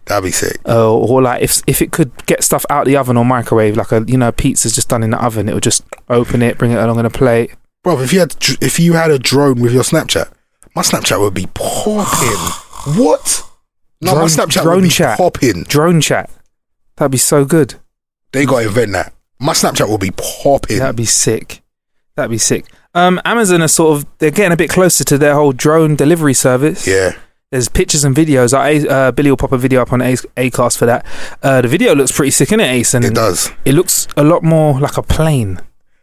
S3: that'd be sick.
S1: uh, or like if if it could get stuff out the oven or microwave, like a you know pizza's just done in the oven, it would just open it, bring it along on a plate.
S3: Bro, if you had dr- if you had a drone with your Snapchat, my Snapchat would be
S1: [GASPS]
S3: popping. what? No, my
S1: Drone-
S3: Snapchat
S1: drone
S3: would be
S1: chat.
S3: popping.
S1: Drone chat, that'd be so good.
S3: They got to invent that. My Snapchat will be popping.
S1: That'd be sick. That'd be sick. Um, Amazon are sort of they're getting a bit closer to their whole drone delivery service.
S3: yeah,
S1: There's pictures and videos. I uh, Billy will pop a video up on Ace, Acast for that. Uh, the video looks pretty sick, innit, Ace? And
S3: it does.
S1: It looks a lot more like a plane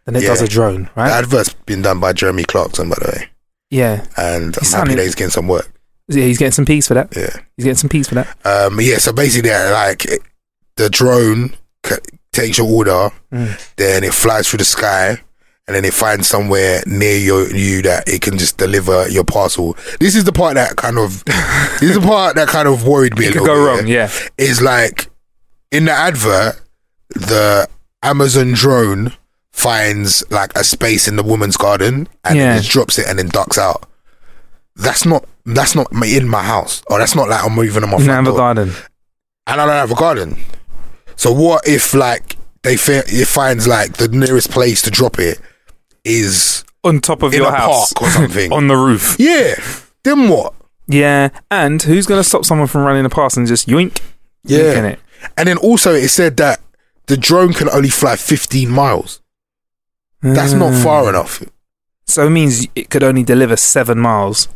S1: than it
S3: Yeah.
S1: does a drone, right?
S3: The advert's been done by Jeremy Clarkson, by the way,
S1: yeah.
S3: and I'm
S1: sounded-
S3: happy that he's getting some work.
S1: Yeah, he's getting some peas for that.
S3: Yeah.
S1: He's getting some peas for that.
S3: Um, yeah, so basically, uh, like it- the drone c- takes your order,
S1: Mm.
S3: then it flies through the sky, and then it finds somewhere near your, you that it can just deliver your parcel. This is the part that kind of this is the part that kind of worried me.
S1: It
S3: a
S1: could
S3: little
S1: go
S3: bit,
S1: wrong, yeah.
S3: is like in the advert, the Amazon drone finds like a space in the woman's garden and
S1: Yeah.
S3: then just drops it and then ducks out. That's not that's not my- in my house, or that's not like I'm even on my
S1: You
S3: front
S1: have a
S3: door
S1: garden.
S3: and I don't have a garden. So what if like they fi- it finds like the nearest place to drop it is
S1: On top of
S3: In
S1: your
S3: a
S1: house.
S3: park or
S1: [LAUGHS]
S3: something.
S1: on the roof.
S3: yeah? Then what?
S1: Yeah. And who's going to stop someone from running the past and just yoink?
S3: Yeah.
S1: Yoinking it.
S3: And then also it said that the drone can only fly 15 miles. That's not
S1: Mm.
S3: far enough.
S1: So it means it could only deliver seven miles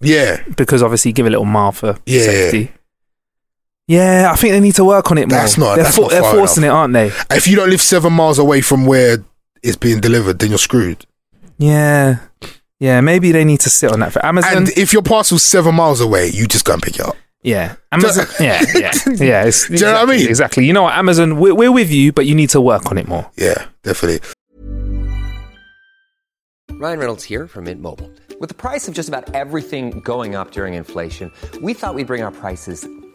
S3: Yeah,
S1: because obviously give a little mile for
S3: Yeah.
S1: safety. Yeah, I think they need to work on it more.
S3: That's not-
S1: They're,
S3: that's not
S1: they're
S3: far
S1: forcing it, aren't they?
S3: if you don't live seven miles away from where it's being delivered, then you're screwed.
S1: Yeah. Yeah, maybe they need to sit on that for Amazon.
S3: And if your parcel's seven miles away, you just go and pick it up.
S1: yeah,
S3: [LAUGHS]
S1: Amazon. yeah, yeah, yeah. It's,
S3: you know what I
S1: exactly-
S3: mean?
S1: Exactly. You know what, Amazon? We're, we're with you, but you need to work on it more.
S3: Yeah, definitely.
S5: Ryan Reynolds here from Mint Mobile. With the price of just about everything going up during inflation, we thought we'd bring our prices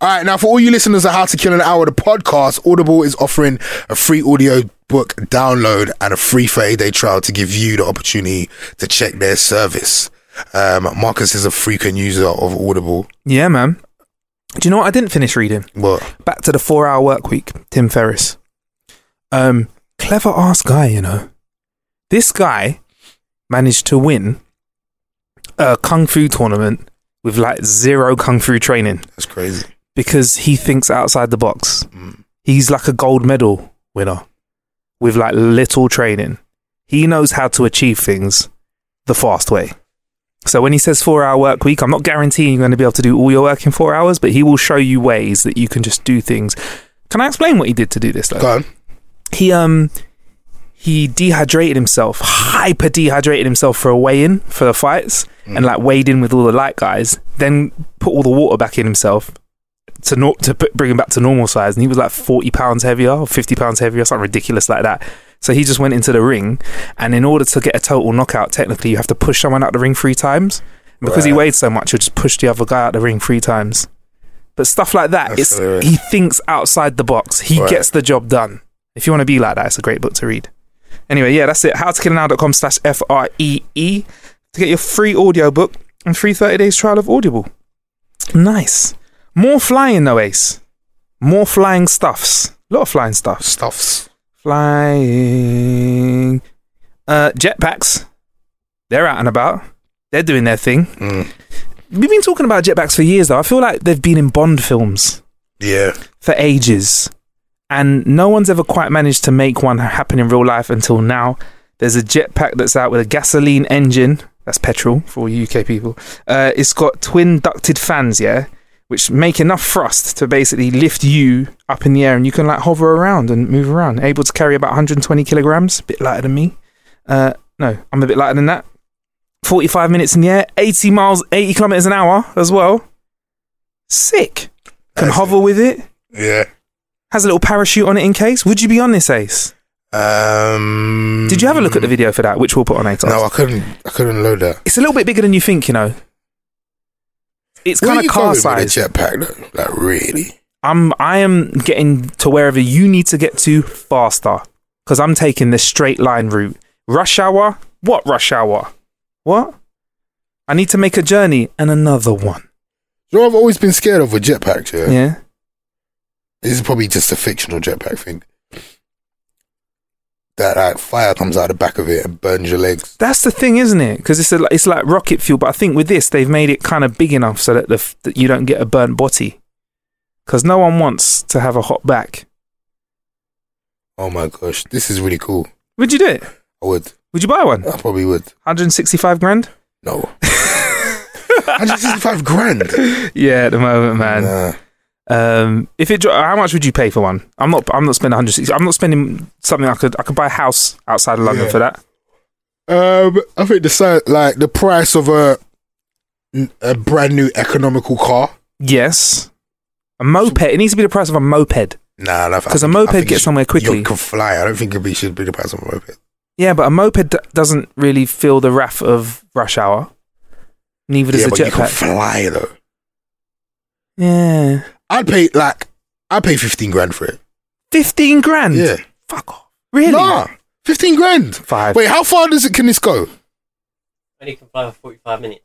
S3: All right, now for all you listeners of How to Kill an Hour, the podcast, Audible is offering a free audio book download and a free 30 day trial to give you the opportunity to check their service. Um, Marcus is a frequent user of Audible.
S1: Yeah, man. Do you know what? I didn't finish reading.
S3: What?
S1: Back to the four-hour work week. Tim Ferriss. Um, clever ass guy, you know. This guy managed to win a kung fu tournament with like zero kung fu training.
S3: That's crazy.
S1: because he thinks outside the box. He's like a gold medal winner with like little training. He knows how to achieve things the fast way. So when he says four hour work week, I'm not guaranteeing you're going to be able to do all your work in four hours, but he will show you ways that you can just do things. Can I explain what he did to do this? Though?
S3: Go on.
S1: he um he dehydrated himself, hyper dehydrated himself for a weigh in for the fights,
S3: Mm.
S1: and like weighed in with all the light guys. Then put all the water back in himself to nor- to put, bring him back to normal size, and he was like forty pounds heavier or fifty pounds heavier, something ridiculous like that. So he just went into the ring, and in order to get a total knockout, technically you have to push someone out the ring three times. Because he
S3: Right.
S1: weighed so much, you'll just push the other guy out the ring three times. But stuff like that,
S3: That's
S1: it's
S3: hilarious.
S1: he thinks outside the box. He
S3: Right.
S1: gets the job done. If you want to be like that, it's a great book to read. Anyway, yeah, that's it. Howtokillanow.com slash F R E E to get your free audio book and free 30 days trial of Audible. Nice. More flying though, Ace. More flying stuffs. A lot of flying stuffs.
S3: Stuffs.
S1: Flying. Uh, jetpacks. They're out and about. They're doing their thing.
S3: Mm.
S1: We've been talking about jetpacks for years though. I feel like they've been in Bond films
S3: Yeah.
S1: for ages, and no one's ever quite managed to make one happen in real life until now. There's a jetpack that's out with a gasoline engine. That's petrol for all you UK people. Uh, it's got twin ducted fans, yeah, which make enough thrust to basically lift you up in the air, and you can like hover around and move around. Able to carry about 120 kilograms, a bit lighter than me. Uh, no, I'm a bit lighter than that. 45 minutes in the air, 80 miles, 80 kilometers an hour as well. Sick. Can hover with it.
S3: Yeah.
S1: Has a little parachute on it in case. Would you be on this Ace?
S3: Um.
S1: Did you have a look at the video for that, which we'll put on ATOS?
S3: No, I couldn't. I couldn't load that.
S1: It's a little bit bigger than you think, you know. It's
S3: Where
S1: kind
S3: you
S1: of car
S3: going with
S1: size.
S3: a jetpack though? Like really?
S1: I'm I am getting to wherever you need to get to faster because I'm taking the straight line route. Rush hour? What rush hour? What? I need to make a journey and another one.
S3: You know, I've always been scared of a jetpack. Yeah.
S1: Yeah.
S3: This is probably just a fictional jetpack thing. That like fire comes out the back of it and burns your legs.
S1: That's the thing, isn't it? Because it's a, it's like rocket fuel, but I think with this they've made it kind of big enough so that the f- that you don't get a burnt body. Because no one wants to have a hot back.
S3: Oh my gosh, this is really cool.
S1: Would you do it?
S3: I would.
S1: Would you buy one?
S3: I probably would.
S1: 165 grand? [LAUGHS]
S3: No. 165 grand.
S1: Yeah, at the moment, man.
S3: Nah.
S1: Um, if it, dro- how much would you pay for one? I'm not. I'm not spending 160. I'm not spending something I could. I could buy a house outside of London
S3: Yeah.
S1: for that.
S3: Um, I think the si- like the price of a a brand new economical car.
S1: Yes, a moped. It needs to be the price of a moped.
S3: Nah, I don't- I
S1: 'Cause a
S3: think- I
S1: moped
S3: think
S1: gets
S3: you-
S1: somewhere quickly.
S3: You can fly. I don't think it be- should be the price of a moped.
S1: Yeah, but a moped d- doesn't really feel the wrath of rush hour. Neither does
S3: yeah,
S1: a
S3: but you can
S1: jetpack.
S3: fly though.
S1: yeah,
S3: I'd pay like I'd pay fifteen grand for it.
S1: fifteen grand.
S3: Yeah,
S1: Fuck off. Really?
S3: nah, fifteen grand.
S1: Five.
S3: Wait, how far does it? Can this go?
S2: And you can fly for 45 minutes.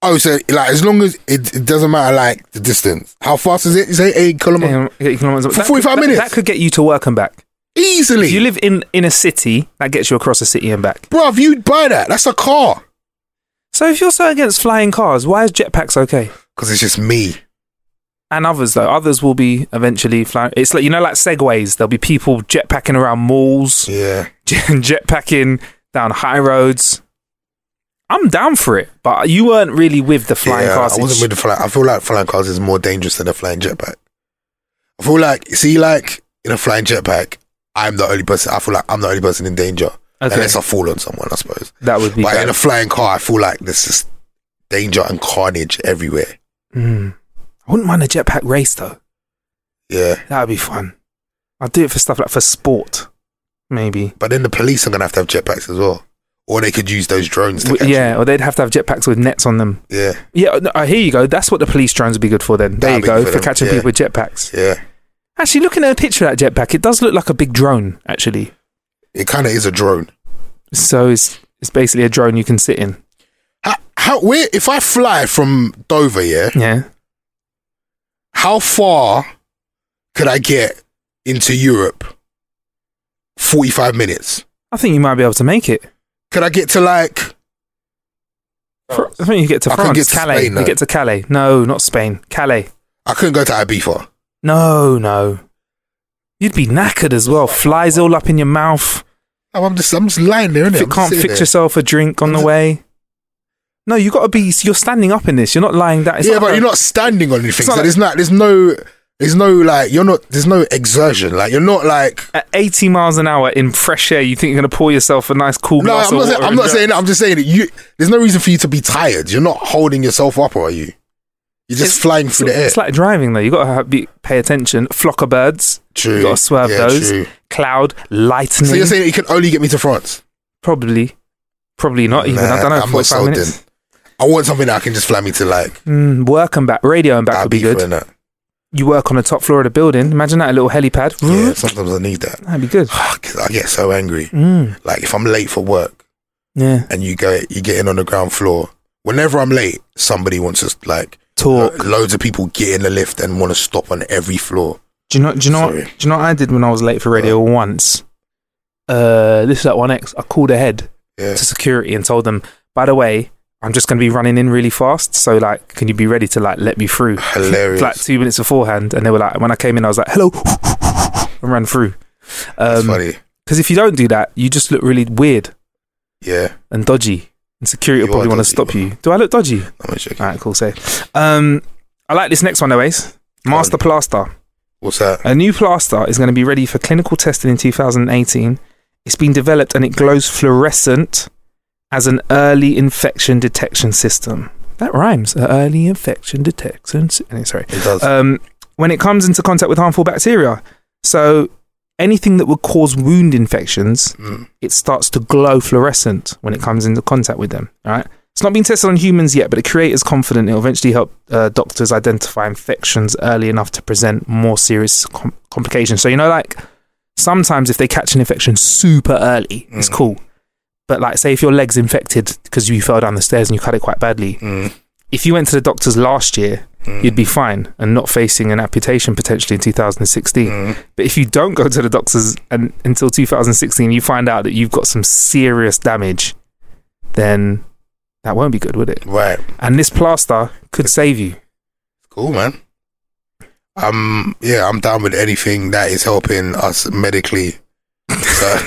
S3: Oh, so like as long as it, it doesn't matter like the distance. How fast is it? Is it eight kilometers?
S1: Damn, eight kilometers.
S3: For
S1: That could-
S3: 45
S1: that-
S3: minutes?
S1: That could get you to work and back.
S3: Easily,
S1: If you live in in a city, that gets you across a city and back.
S3: bruv. You'd buy that. That's a car
S1: So if you're so against flying cars, why is jetpacks okay?
S3: because it's just me.
S1: And others though, others will be eventually flying. It's like you know, like segways. There'll be people jetpacking around malls,
S3: Yeah,
S1: [LAUGHS] jetpacking down high roads. I'm down for it, but you weren't really with the flying
S3: yeah,
S1: cars.
S3: I wasn't with the flying. I feel like flying cars is more dangerous than a flying jetpack. I feel like see, like in a flying jetpack, I'm the only person. I feel like I'm the only person in danger
S1: Okay.
S3: unless I fall on someone. I suppose.
S1: that would be.
S3: But in
S1: bad.
S3: a flying car, I feel like there's just danger and carnage everywhere.
S1: Mm. I wouldn't mind a jetpack race though.
S3: Yeah.
S1: That would be fun. I'd do it for stuff like for sport, maybe.
S3: But then the police are going to have to have jetpacks as well. Or they could use those drones to
S1: W-
S3: catch
S1: yeah,
S3: them.
S1: or they'd have to have jetpacks with nets on them.
S3: Yeah.
S1: Yeah, no, uh, here you go. That's what the police drones would be good for. Then there
S3: That'd
S1: you
S3: be
S1: go
S3: good
S1: for,
S3: for them,
S1: catching
S3: yeah.
S1: people with jetpacks.
S3: Yeah.
S1: Actually, looking at a picture of that jetpack, it does look like a big drone. Actually,
S3: It kind of is a drone.
S1: so it's it's basically a drone you can sit in.
S3: How, how, where, if I fly from Dover, yeah,
S1: Yeah,
S3: how far could I get into Europe? 45 minutes.
S1: I think you might be able to make it.
S3: Could I get to like,
S1: Fr- I think you get to
S3: I can
S1: France,
S3: get to
S1: Calais.
S3: Spain,
S1: you
S3: though.
S1: get to Calais. No, not Spain. Calais.
S3: I couldn't go to Ibiza.
S1: No, no. You'd be knackered as well. Flies all up in your mouth.
S3: Oh, I'm just, I'm just lying there, innit?
S1: If
S3: I'm
S1: it
S3: just
S1: can't
S3: sitting
S1: fix
S3: there.
S1: yourself a drink on the
S3: I'm-
S1: way. No, you got to be. You're standing up in this. You're not lying down. It's
S3: yeah,
S1: not
S3: but
S1: like-
S3: you're not standing on anything.
S1: it's
S3: So
S1: not like-
S3: there's not, there's no, there's no like, you're not, there's no exertion. Like you're not like,
S1: at 80 miles an hour in fresh air, you think you're going to pour yourself a nice cool
S3: No,
S1: glass
S3: I'm
S1: of
S3: not, saying,
S1: water
S3: I'm
S1: and
S3: not
S1: dri-
S3: saying that. I'm just saying that you. There's no reason for you to be tired. You're not holding yourself up, or are you? You're
S1: It's-
S3: just flying through the air.
S1: It's like driving though. You got to be, pay attention. Flock of birds.
S3: True.
S1: You got to swerve
S3: Yeah,
S1: those.
S3: true.
S1: Cloud, lightning.
S3: so you're saying that you can only get me to France?
S1: probably, probably not even. I
S3: Nah,
S1: don't know.
S3: I'm not
S1: 45
S3: sold
S1: minutes.
S3: I want something that I can just fly me to like.
S1: Mm, work and back, radio and back
S3: That'd
S1: would be
S3: for
S1: good.
S3: innit?
S1: You work on the top floor of the building. Imagine that a little helipad.
S3: Yeah. Sometimes I need that. [SIGHS]
S1: That'd be good.
S3: 'Cause I get so angry.
S1: Mm,
S3: Like if I'm late for work
S1: yeah,
S3: and you go, you get in on the ground floor. Whenever I'm late, somebody wants us like
S1: talk.
S3: lo- loads of people get in the lift and want to stop on every floor.
S1: Do you know? Do you know?
S3: Sorry.
S1: Do you know what I did when I was late for radio once? Uh, this is at one X. I called ahead
S3: Yeah.
S1: to security and told them, by the way, I'm just going to be running in really fast. So like, can you be ready to like let me through?
S3: Hilarious.
S1: like two minutes beforehand, and they were like, when I came in, I was like, hello, [LAUGHS] and ran through.
S3: That's
S1: Um 'cause
S3: funny.
S1: because if you don't do that, you just look really weird
S3: Yeah.
S1: and dodgy, and security
S3: You
S1: will probably
S3: are
S1: want to
S3: dodgy,
S1: stop
S3: you
S1: you. Do I look dodgy?
S3: I'm not joking.
S1: All right, cool. So, um, I like this next one, though, Ace. Master Plaster.
S3: What's that?
S1: A new plaster is going to be ready for clinical testing in 2018. It's been developed and it glows fluorescent as an early infection detection system. That rhymes. Uh, Early infection detection. s- anyway, Sorry.
S3: It does.
S1: Um, when it comes into contact with harmful bacteria. So anything that would cause wound infections, it starts to glow fluorescent when it comes into contact with them. All right. It's not been tested on humans yet, but the creator's confident it'll eventually help uh, doctors identify infections early enough to present more serious com- complications. So, you know, like sometimes if they catch an infection super early, it's cool. But, like, say if your leg's infected because you fell down the stairs and you cut it quite badly,
S3: Mm.
S1: if you went to the doctors last year, you'd be fine and not facing an amputation potentially in 2016. But if you don't go to the doctors and, until 2016, you find out that you've got some serious damage, then that won't be good, would it?
S3: Right.
S1: And this plaster could save you.
S3: Cool, man. Um, yeah, I'm down with anything that is helping us medically. So,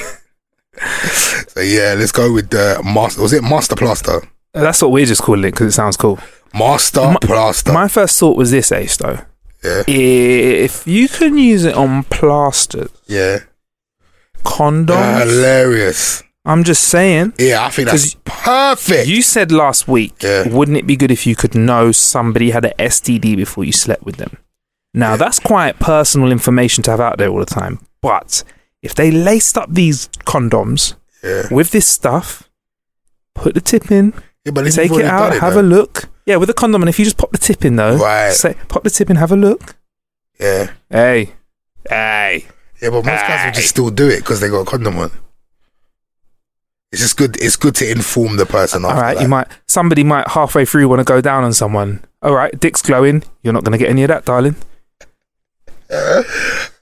S3: [LAUGHS] so yeah, let's go with the master. Was it master plaster?
S1: Uh, That's what we're just calling it because it sounds cool.
S3: Master plaster.
S1: My first thought was this, Ace, though.
S3: Yeah.
S1: If you can use it on plasters,
S3: yeah.
S1: condoms,
S3: Hilarious.
S1: I'm just saying.
S3: Yeah, I think that's
S1: 'Cause
S3: perfect.
S1: You said last week,
S3: Yeah.
S1: wouldn't it be good if you could know somebody had an STD before you slept with them? Now, that's quite personal information to have out there all the time. But if they laced up these condoms
S3: yeah.
S1: with this stuff, put the tip in,
S3: yeah, but
S1: take it out, have a look. Yeah, with a condom. And if you just pop the tip in, though,
S3: Right.
S1: say, pop the tip in, have a look.
S3: Yeah,
S1: Hey, hey.
S3: yeah, but most guys will just still do it because they got a condom on. It's just good. It's good to inform the person.
S1: All
S3: after
S1: right,
S3: that.
S1: you might somebody might halfway through want to go down on someone. All right, dick's glowing. You're not going to get any of that, darling.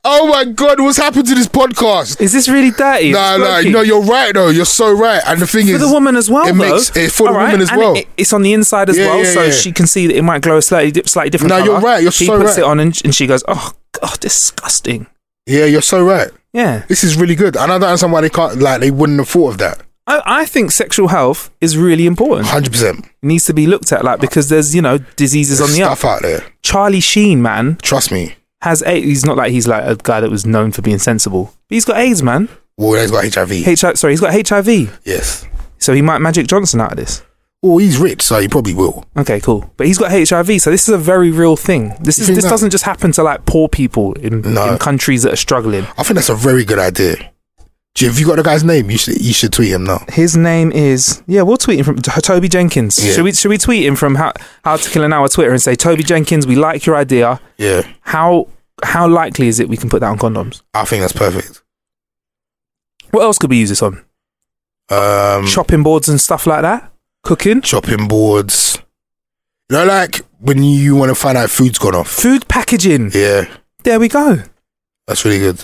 S3: Oh my god, what's happened to this podcast?
S1: Is this really dirty?
S3: No,
S1: It's
S3: no,
S1: working.
S3: no. You're right though. You're so right. And the thing
S1: for
S3: is,
S1: the woman as well.
S3: It
S1: though.
S3: makes it for the
S1: All right,
S3: woman as
S1: and
S3: well.
S1: it- it's on the inside as
S3: Yeah,
S1: well,
S3: yeah,
S1: so
S3: yeah.
S1: she can see that it might glow a slightly, di- slightly different.
S3: No,
S1: color.
S3: you're right, you're
S1: she
S3: so
S1: puts
S3: right.
S1: it on and, and she goes, "Oh God, disgusting."
S3: yeah, you're so right.
S1: Yeah,
S3: This is really good, and I don't understand why they can't. Like they wouldn't have thought of that.
S1: I, I think sexual health is really important.
S3: Hundred percent.
S1: It needs to be looked at, like because there's you know diseases on the up.
S3: stuff out there.
S1: Charlie Sheen, man,
S3: Trust me.
S1: has AIDS. He's not like he's like a guy that was known for being sensible. But he's got AIDS, man.
S3: Well, he's got HIV.
S1: HIV, sorry, he's got HIV.
S3: yes.
S1: So he might Magic Johnson out of this.
S3: Well, he's rich, so he probably will.
S1: Okay, cool. But he's got HIV, so this is a very real thing. This
S3: You
S1: is
S3: think
S1: this
S3: that-
S1: doesn't just happen to like poor people in,
S3: No.
S1: in countries that are struggling.
S3: I think that's a very good idea. Jim, if you got the guy's name, you should you should tweet him now.
S1: His name is yeah. We'll tweet him from T- Toby Jenkins.
S3: Yeah.
S1: Should we should we tweet him from how how to kill an hour Twitter and say Toby Jenkins, we like your idea.
S3: Yeah,
S1: How how likely is it we can put that on condoms?
S3: I think that's perfect.
S1: What else could we use this on?
S3: Um,
S1: Chopping boards and stuff like that. Cooking,
S3: chopping boards. You know, like when you want to find out if food's gone off.
S1: food packaging.
S3: Yeah,
S1: There we go.
S3: that's really good.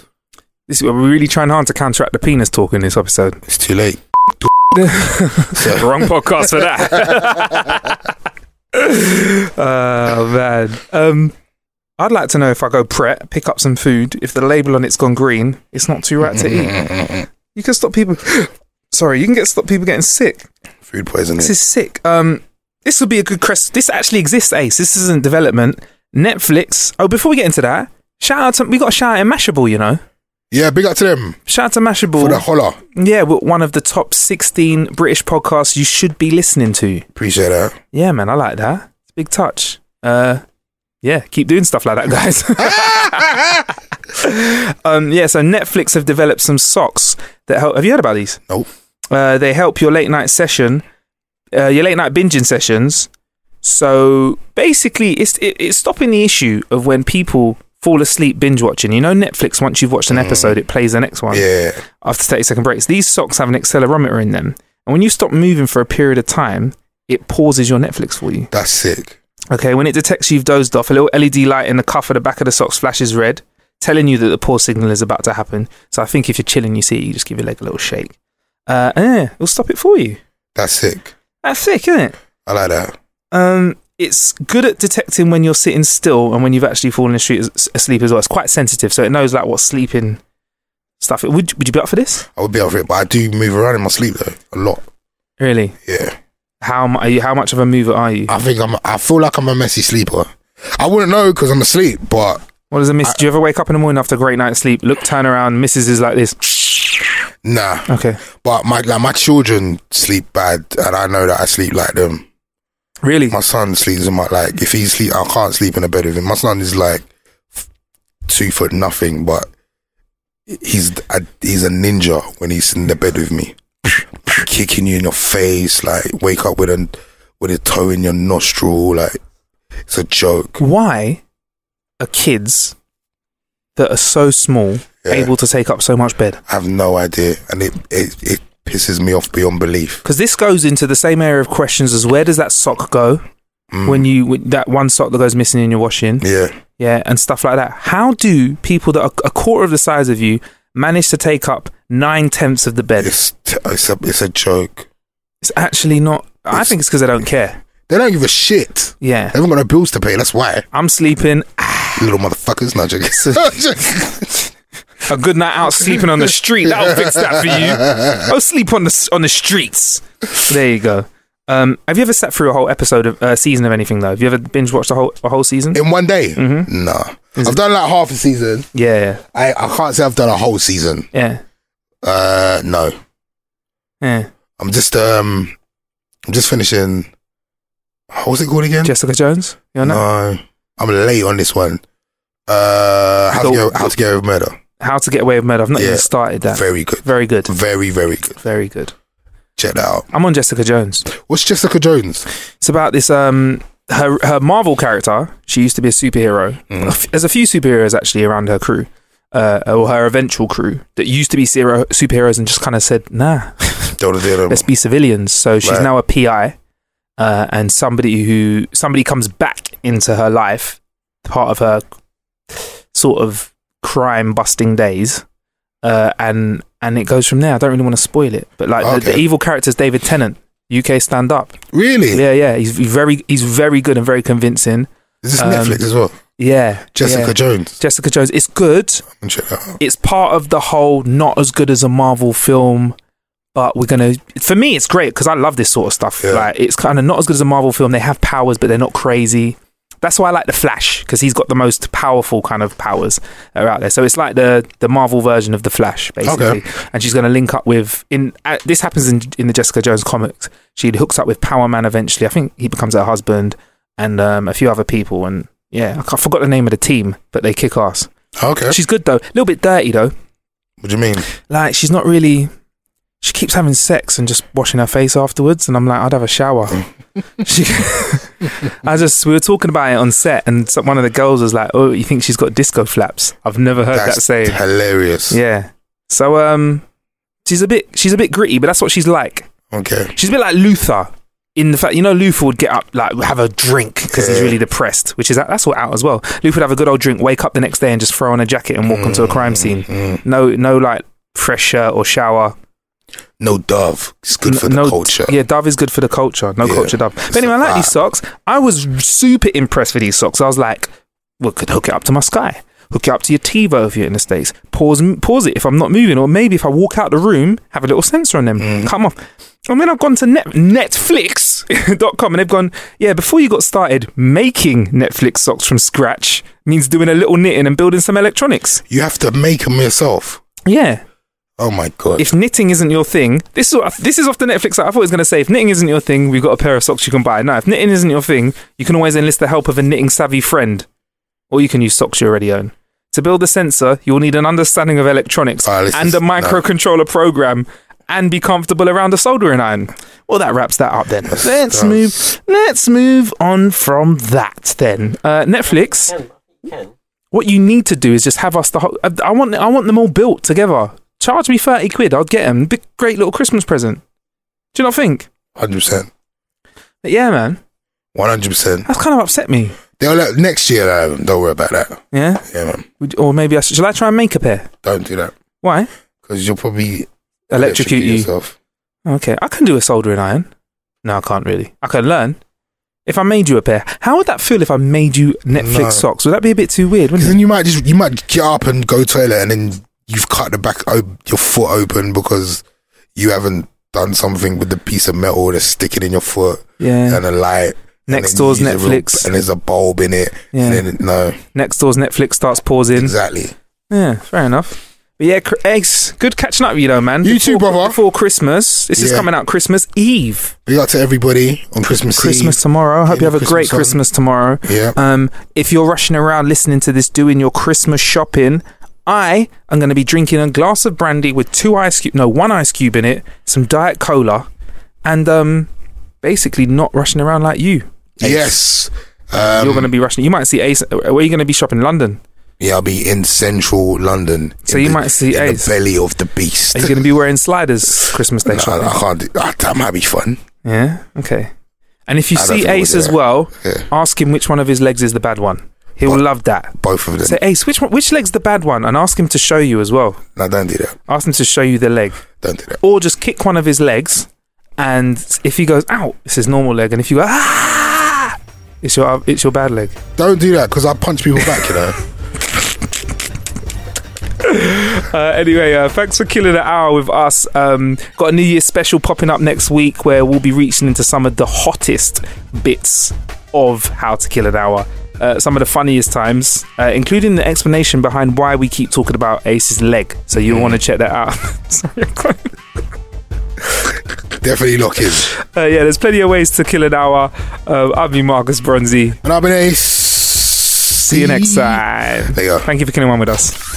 S1: This is we're really trying hard to counteract the penis talk in this episode.
S3: It's too late.
S1: [LAUGHS] Wrong podcast for that. [LAUGHS] oh man. Um, I'd like to know if I go Pret, pick up some food, if the label on it's gone green, it's not too right to eat. [LAUGHS] You can stop people. [GASPS] Sorry, you can get stop people getting sick.
S3: Food poisoning.
S1: This is sick. Um, this would be a good crest. This actually exists, Ace. This isn't development. Netflix. Oh, before we get into that, shout out to we got a shout out in Mashable. You know,
S3: yeah, big up to them
S1: shout out to Mashable.
S3: for the holler.
S1: yeah, we're one of the top sixteen British podcasts you should be listening to.
S3: Appreciate that.
S1: Yeah, man, I like that. It's a big touch. Uh, yeah, keep doing stuff like that, guys. um, yeah, so Netflix have developed some socks that help. Have you heard about these?
S3: Nope.
S1: Uh, they help your late night session, uh, your late night binging sessions. So basically, it's it, it's stopping the issue of when people fall asleep binge watching. You know, Netflix once you've watched an episode, it plays the next one
S3: Yeah.
S1: after 30 second breaks. These socks have an accelerometer in them. And when you stop moving for a period of time, it pauses your Netflix for you.
S3: That's sick.
S1: Okay, when it detects you've dozed off, a little LED light in the cuff of the back of the socks flashes red, telling you that the pause signal is about to happen. So I think if you're chilling, you see it, you just give your leg a little shake. Uh, and yeah, it'll stop it for you.
S3: That's sick.
S1: That's sick, isn't it?
S3: I like that.
S1: Um, it's good at detecting when you're sitting still and when you've actually fallen asleep asleep as well. It's quite sensitive, so it knows like what sleeping stuff. Would, would you be up for this?
S3: I would be up for it, but I do move around in my sleep though a lot.
S1: Really? Uh,
S3: Yeah.
S1: How mu- are you? How much of a mover are you?
S3: I think I'm. I feel like I'm a messy sleeper. I wouldn't know because I'm asleep, but
S1: What does it miss? Do you ever wake up in the morning after a great night's sleep, look, turn around, misses is like this?
S3: nah.
S1: Okay.
S3: But my like my children sleep bad, and I know that I sleep like them.
S1: Really?
S3: My son sleeps in my like if he sleep, I can't sleep in a bed with him. My son is like f- two foot nothing, but he's a, he's a ninja when he's in the bed
S1: [LAUGHS]
S3: with me, kicking you in your face, like wake up with a with a toe in your nostril, like it's a joke.
S1: Why are kids that are so small
S3: Yeah.
S1: able to take up so much bed?
S3: I have no idea, and it it, it pisses me off beyond belief.
S1: Because this goes into the same area of questions as where does that sock go when you when that one sock that goes missing in your washing?
S3: Mm. Yeah,
S1: yeah, and stuff like that. How do people that are a quarter of the size of you manage to take up nine tenths of the bed?
S3: It's, t- it's a it's a joke.
S1: actually not. I think it's because they don't care.
S3: They don't give a shit.
S1: Yeah.
S3: They haven't got no bills to pay. That's why.
S1: I'm sleeping.
S3: Little motherfuckers, not
S1: [LAUGHS]
S3: joking. [LAUGHS]
S1: A good night out sleeping on the street. That'll fix that for
S3: [LAUGHS]
S1: you. Oh, sleep on the s- on the streets. There you go. Um, have you ever sat through a whole episode of uh, season of anything though? Have you ever binge watched a whole a whole season?
S3: In one day? Mm-hmm. No. I've done like half a season.
S1: Yeah,
S3: I, I can't say I've done a whole season.
S1: yeah,
S3: Uh, no.
S1: yeah.
S3: I'm just um, I'm just finishing. What was it called again?
S1: Jessica Jones. You on that?
S3: Um, no. I'm late on this one. Uh, how to
S1: Go-
S3: get how to get away with murder?
S1: How to Get Away with Murder. I've not
S3: Yeah.
S1: even started that.
S3: Very good.
S1: Very good.
S3: Very very good.
S1: Very good.
S3: Check that out.
S1: I'm on Jessica Jones.
S3: What's Jessica Jones?
S1: It's about this um her her Marvel character. She used to be a superhero.
S3: Mm.
S1: There's a few superheroes actually around her crew, uh, or her eventual crew that used to be zero superheroes and just kind of said, "Nah,
S3: Don't do them.
S1: let's be civilians." So she's
S3: Right.
S1: now a PI, uh, and somebody who somebody comes back into her life, part of her sort of crime busting days, uh, and and it goes from there. I don't really want to spoil it, but like the, the
S3: Okay.
S1: evil character's David Tennant, UK stand up.
S3: Really?
S1: Yeah, yeah. He's very he's very good and very convincing.
S3: Is this
S1: Um,
S3: Netflix as well?
S1: Yeah.
S3: Jessica
S1: yeah.
S3: Jones.
S1: Jessica Jones. It's good.
S3: I'm check that out.
S1: It's part of the whole not as good as a Marvel film, but we're gonna. For me, it's great because I love this sort of stuff.
S3: Yeah.
S1: Like it's kind of not as good as a Marvel film. They have powers, but they're not crazy. That's why I like the Flash because he's got the most powerful kind of powers that are out there. So it's like the the Marvel version of the Flash, basically.
S3: Okay.
S1: And she's going to link up with in uh, this happens in in the Jessica Jones comics. She hooks up with Power Man eventually. I think he becomes her husband and um, a few other people. And yeah, I can't- I forgot the name of the team, but they kick ass.
S3: Okay.
S1: She's good though. A little bit dirty though.
S3: what do you mean?
S1: Like she's not really. She keeps having sex and just washing her face afterwards, and I'm like, I'd have a shower. she, [LAUGHS] I just we were talking about it on set, and some, one of the girls was like, "Oh, you think she's got disco flaps?" I've never heard that
S3: That's
S1: saying.
S3: hilarious.
S1: yeah. So um, she's a bit she's a bit gritty, but that's what she's like.
S3: Okay.
S1: She's a bit like Luther in the fact, you know, Luther would get up, like, have a drink because he's
S3: Yeah.
S1: really depressed, which is that's all out as well. Luther would have a good old drink, wake up the next day, and just throw on a jacket and walk onto a crime scene. No, no, like fresh shirt or shower.
S3: No dove. It's good
S1: N-
S3: for
S1: no,
S3: the culture.
S1: Yeah, Dove is good for the culture. No
S3: Yeah.
S1: culture Dove. But anyway, I like these socks. I was super impressed with these socks. I was like, well, could hook it up to my sky. Hook it up to your TiVo if you're in the States. Pause, pause it if I'm not moving, or maybe if I walk out the room, have a little sensor on them.
S3: Mm.
S1: Come off. And then I've gone to net, Netflix.com and they've gone, yeah, before you got started, making Netflix socks from scratch means doing a little knitting and building some electronics.
S3: You have to make them yourself.
S1: Yeah
S3: Oh my god.
S1: if knitting isn't your thing, this is what- this is off the Netflix. I thought it was going to say if knitting isn't your thing, we've got a pair of socks you can buy. Now, if knitting isn't your thing, you can always enlist the help of a knitting savvy friend, or you can use socks you already own. To build a sensor, you'll need an understanding of electronics
S3: Ah, this
S1: and
S3: is-
S1: a
S3: no.
S1: microcontroller program. And be comfortable around a soldering iron. Well, that wraps that up then. Let's
S3: does.
S1: move. Let's move on from that then. Uh, Netflix.
S2: Can, I think can.
S1: What you need to do is just have us the whole. I- I want I want them all built together. Charge me thirty quid. I'd get them. Big great little Christmas present. Do you not think?
S3: Hundred percent.
S1: But yeah, man,
S3: One hundred percent.
S1: that's kind of upset me.
S3: They'll let next year. they'll have 'em. Don't worry about that.
S1: Yeah,
S3: Yeah, man.
S1: Would- or maybe I should, shall I try and make a pair?
S3: Don't do that
S1: Why?
S3: because you'll probably
S1: Electrocute you.
S3: yourself.
S1: Okay, I can do a soldering iron. No, I can't really. I can learn. If I made you a pair, how would that feel if I made you Netflix
S3: No.
S1: socks? Would that be a bit too weird? Wouldn't
S3: 'Cause
S1: it?
S3: Then you might just you might get up and go toilet, and then you've cut the back o- your foot open because you haven't done something with the piece of metal that's sticking in your foot
S1: Yeah.
S3: and a light.
S1: Next
S3: then
S1: door's
S3: you use a real-
S1: Netflix.
S3: and there's a bulb in it.
S1: Yeah.
S3: And then, no,
S1: Next door's Netflix starts pausing.
S3: exactly.
S1: Yeah, fair enough. But yeah, Cr- Ace, good catching up with you though, man. You too, brother. Before Christmas, this is
S3: Yeah.
S1: coming out Christmas Eve.
S3: Big up to everybody on Christmas Eve.
S1: Christmas tomorrow. Hope you have a
S3: Getting
S1: great
S3: Christmas
S1: Christmas
S3: on.
S1: tomorrow.
S3: Yeah.
S1: Um, if you're rushing around listening to this, doing your Christmas shopping, I am going to be drinking a glass of brandy with two ice cube, no, one ice cube in it, some diet cola, and um, basically not rushing around like you.
S3: Yes. Um,
S1: you're going to be rushing. You might see Ace. uh, Where are you going to be shopping? London.
S3: Yeah, I'll be in central London.
S1: So
S3: in
S1: you
S3: the-
S1: might see
S3: in
S1: Ace.
S3: the belly of the beast.
S1: Are you going to be wearing sliders Christmas Day?
S3: No,
S1: shopping?
S3: [LAUGHS] I can't. do- That, that might be fun.
S1: Yeah. Okay. And if you
S3: I don't
S1: see
S3: think we'll
S1: Ace
S3: do
S1: as
S3: that.
S1: well,
S3: Yeah.
S1: ask him which one of his legs is the bad one. He will love that.
S3: Both of them.
S1: Say, Ace, which one, which leg's the bad one? And ask him to show you as well.
S3: no, don't do that.
S1: Ask him to show you the leg,
S3: Don't do that.
S1: or just kick one of his legs. And if he goes, "Ow," it's his normal leg. And if you go, "Ah," it's your it's your bad leg.
S3: Don't do that because I punch people back.
S1: [LAUGHS]
S3: You know.
S1: Uh, anyway, uh, thanks for killing an hour with us. Um, got a New Year's special popping up next week where we'll be reaching into some of the hottest bits of How to Kill an Hour. Uh, some of the funniest times, uh, including the explanation behind why we keep talking about Ace's leg. So you'll
S3: Mm.
S1: want to check that out. [LAUGHS] Sorry, I can't-
S3: Definitely lock in.
S1: uh, yeah, there's plenty of ways to kill an hour. Uh, I've been Marcus Bronzy.
S3: And I've been Ace.
S1: See you next time.
S3: There you go.
S1: Thank you for killing one with us.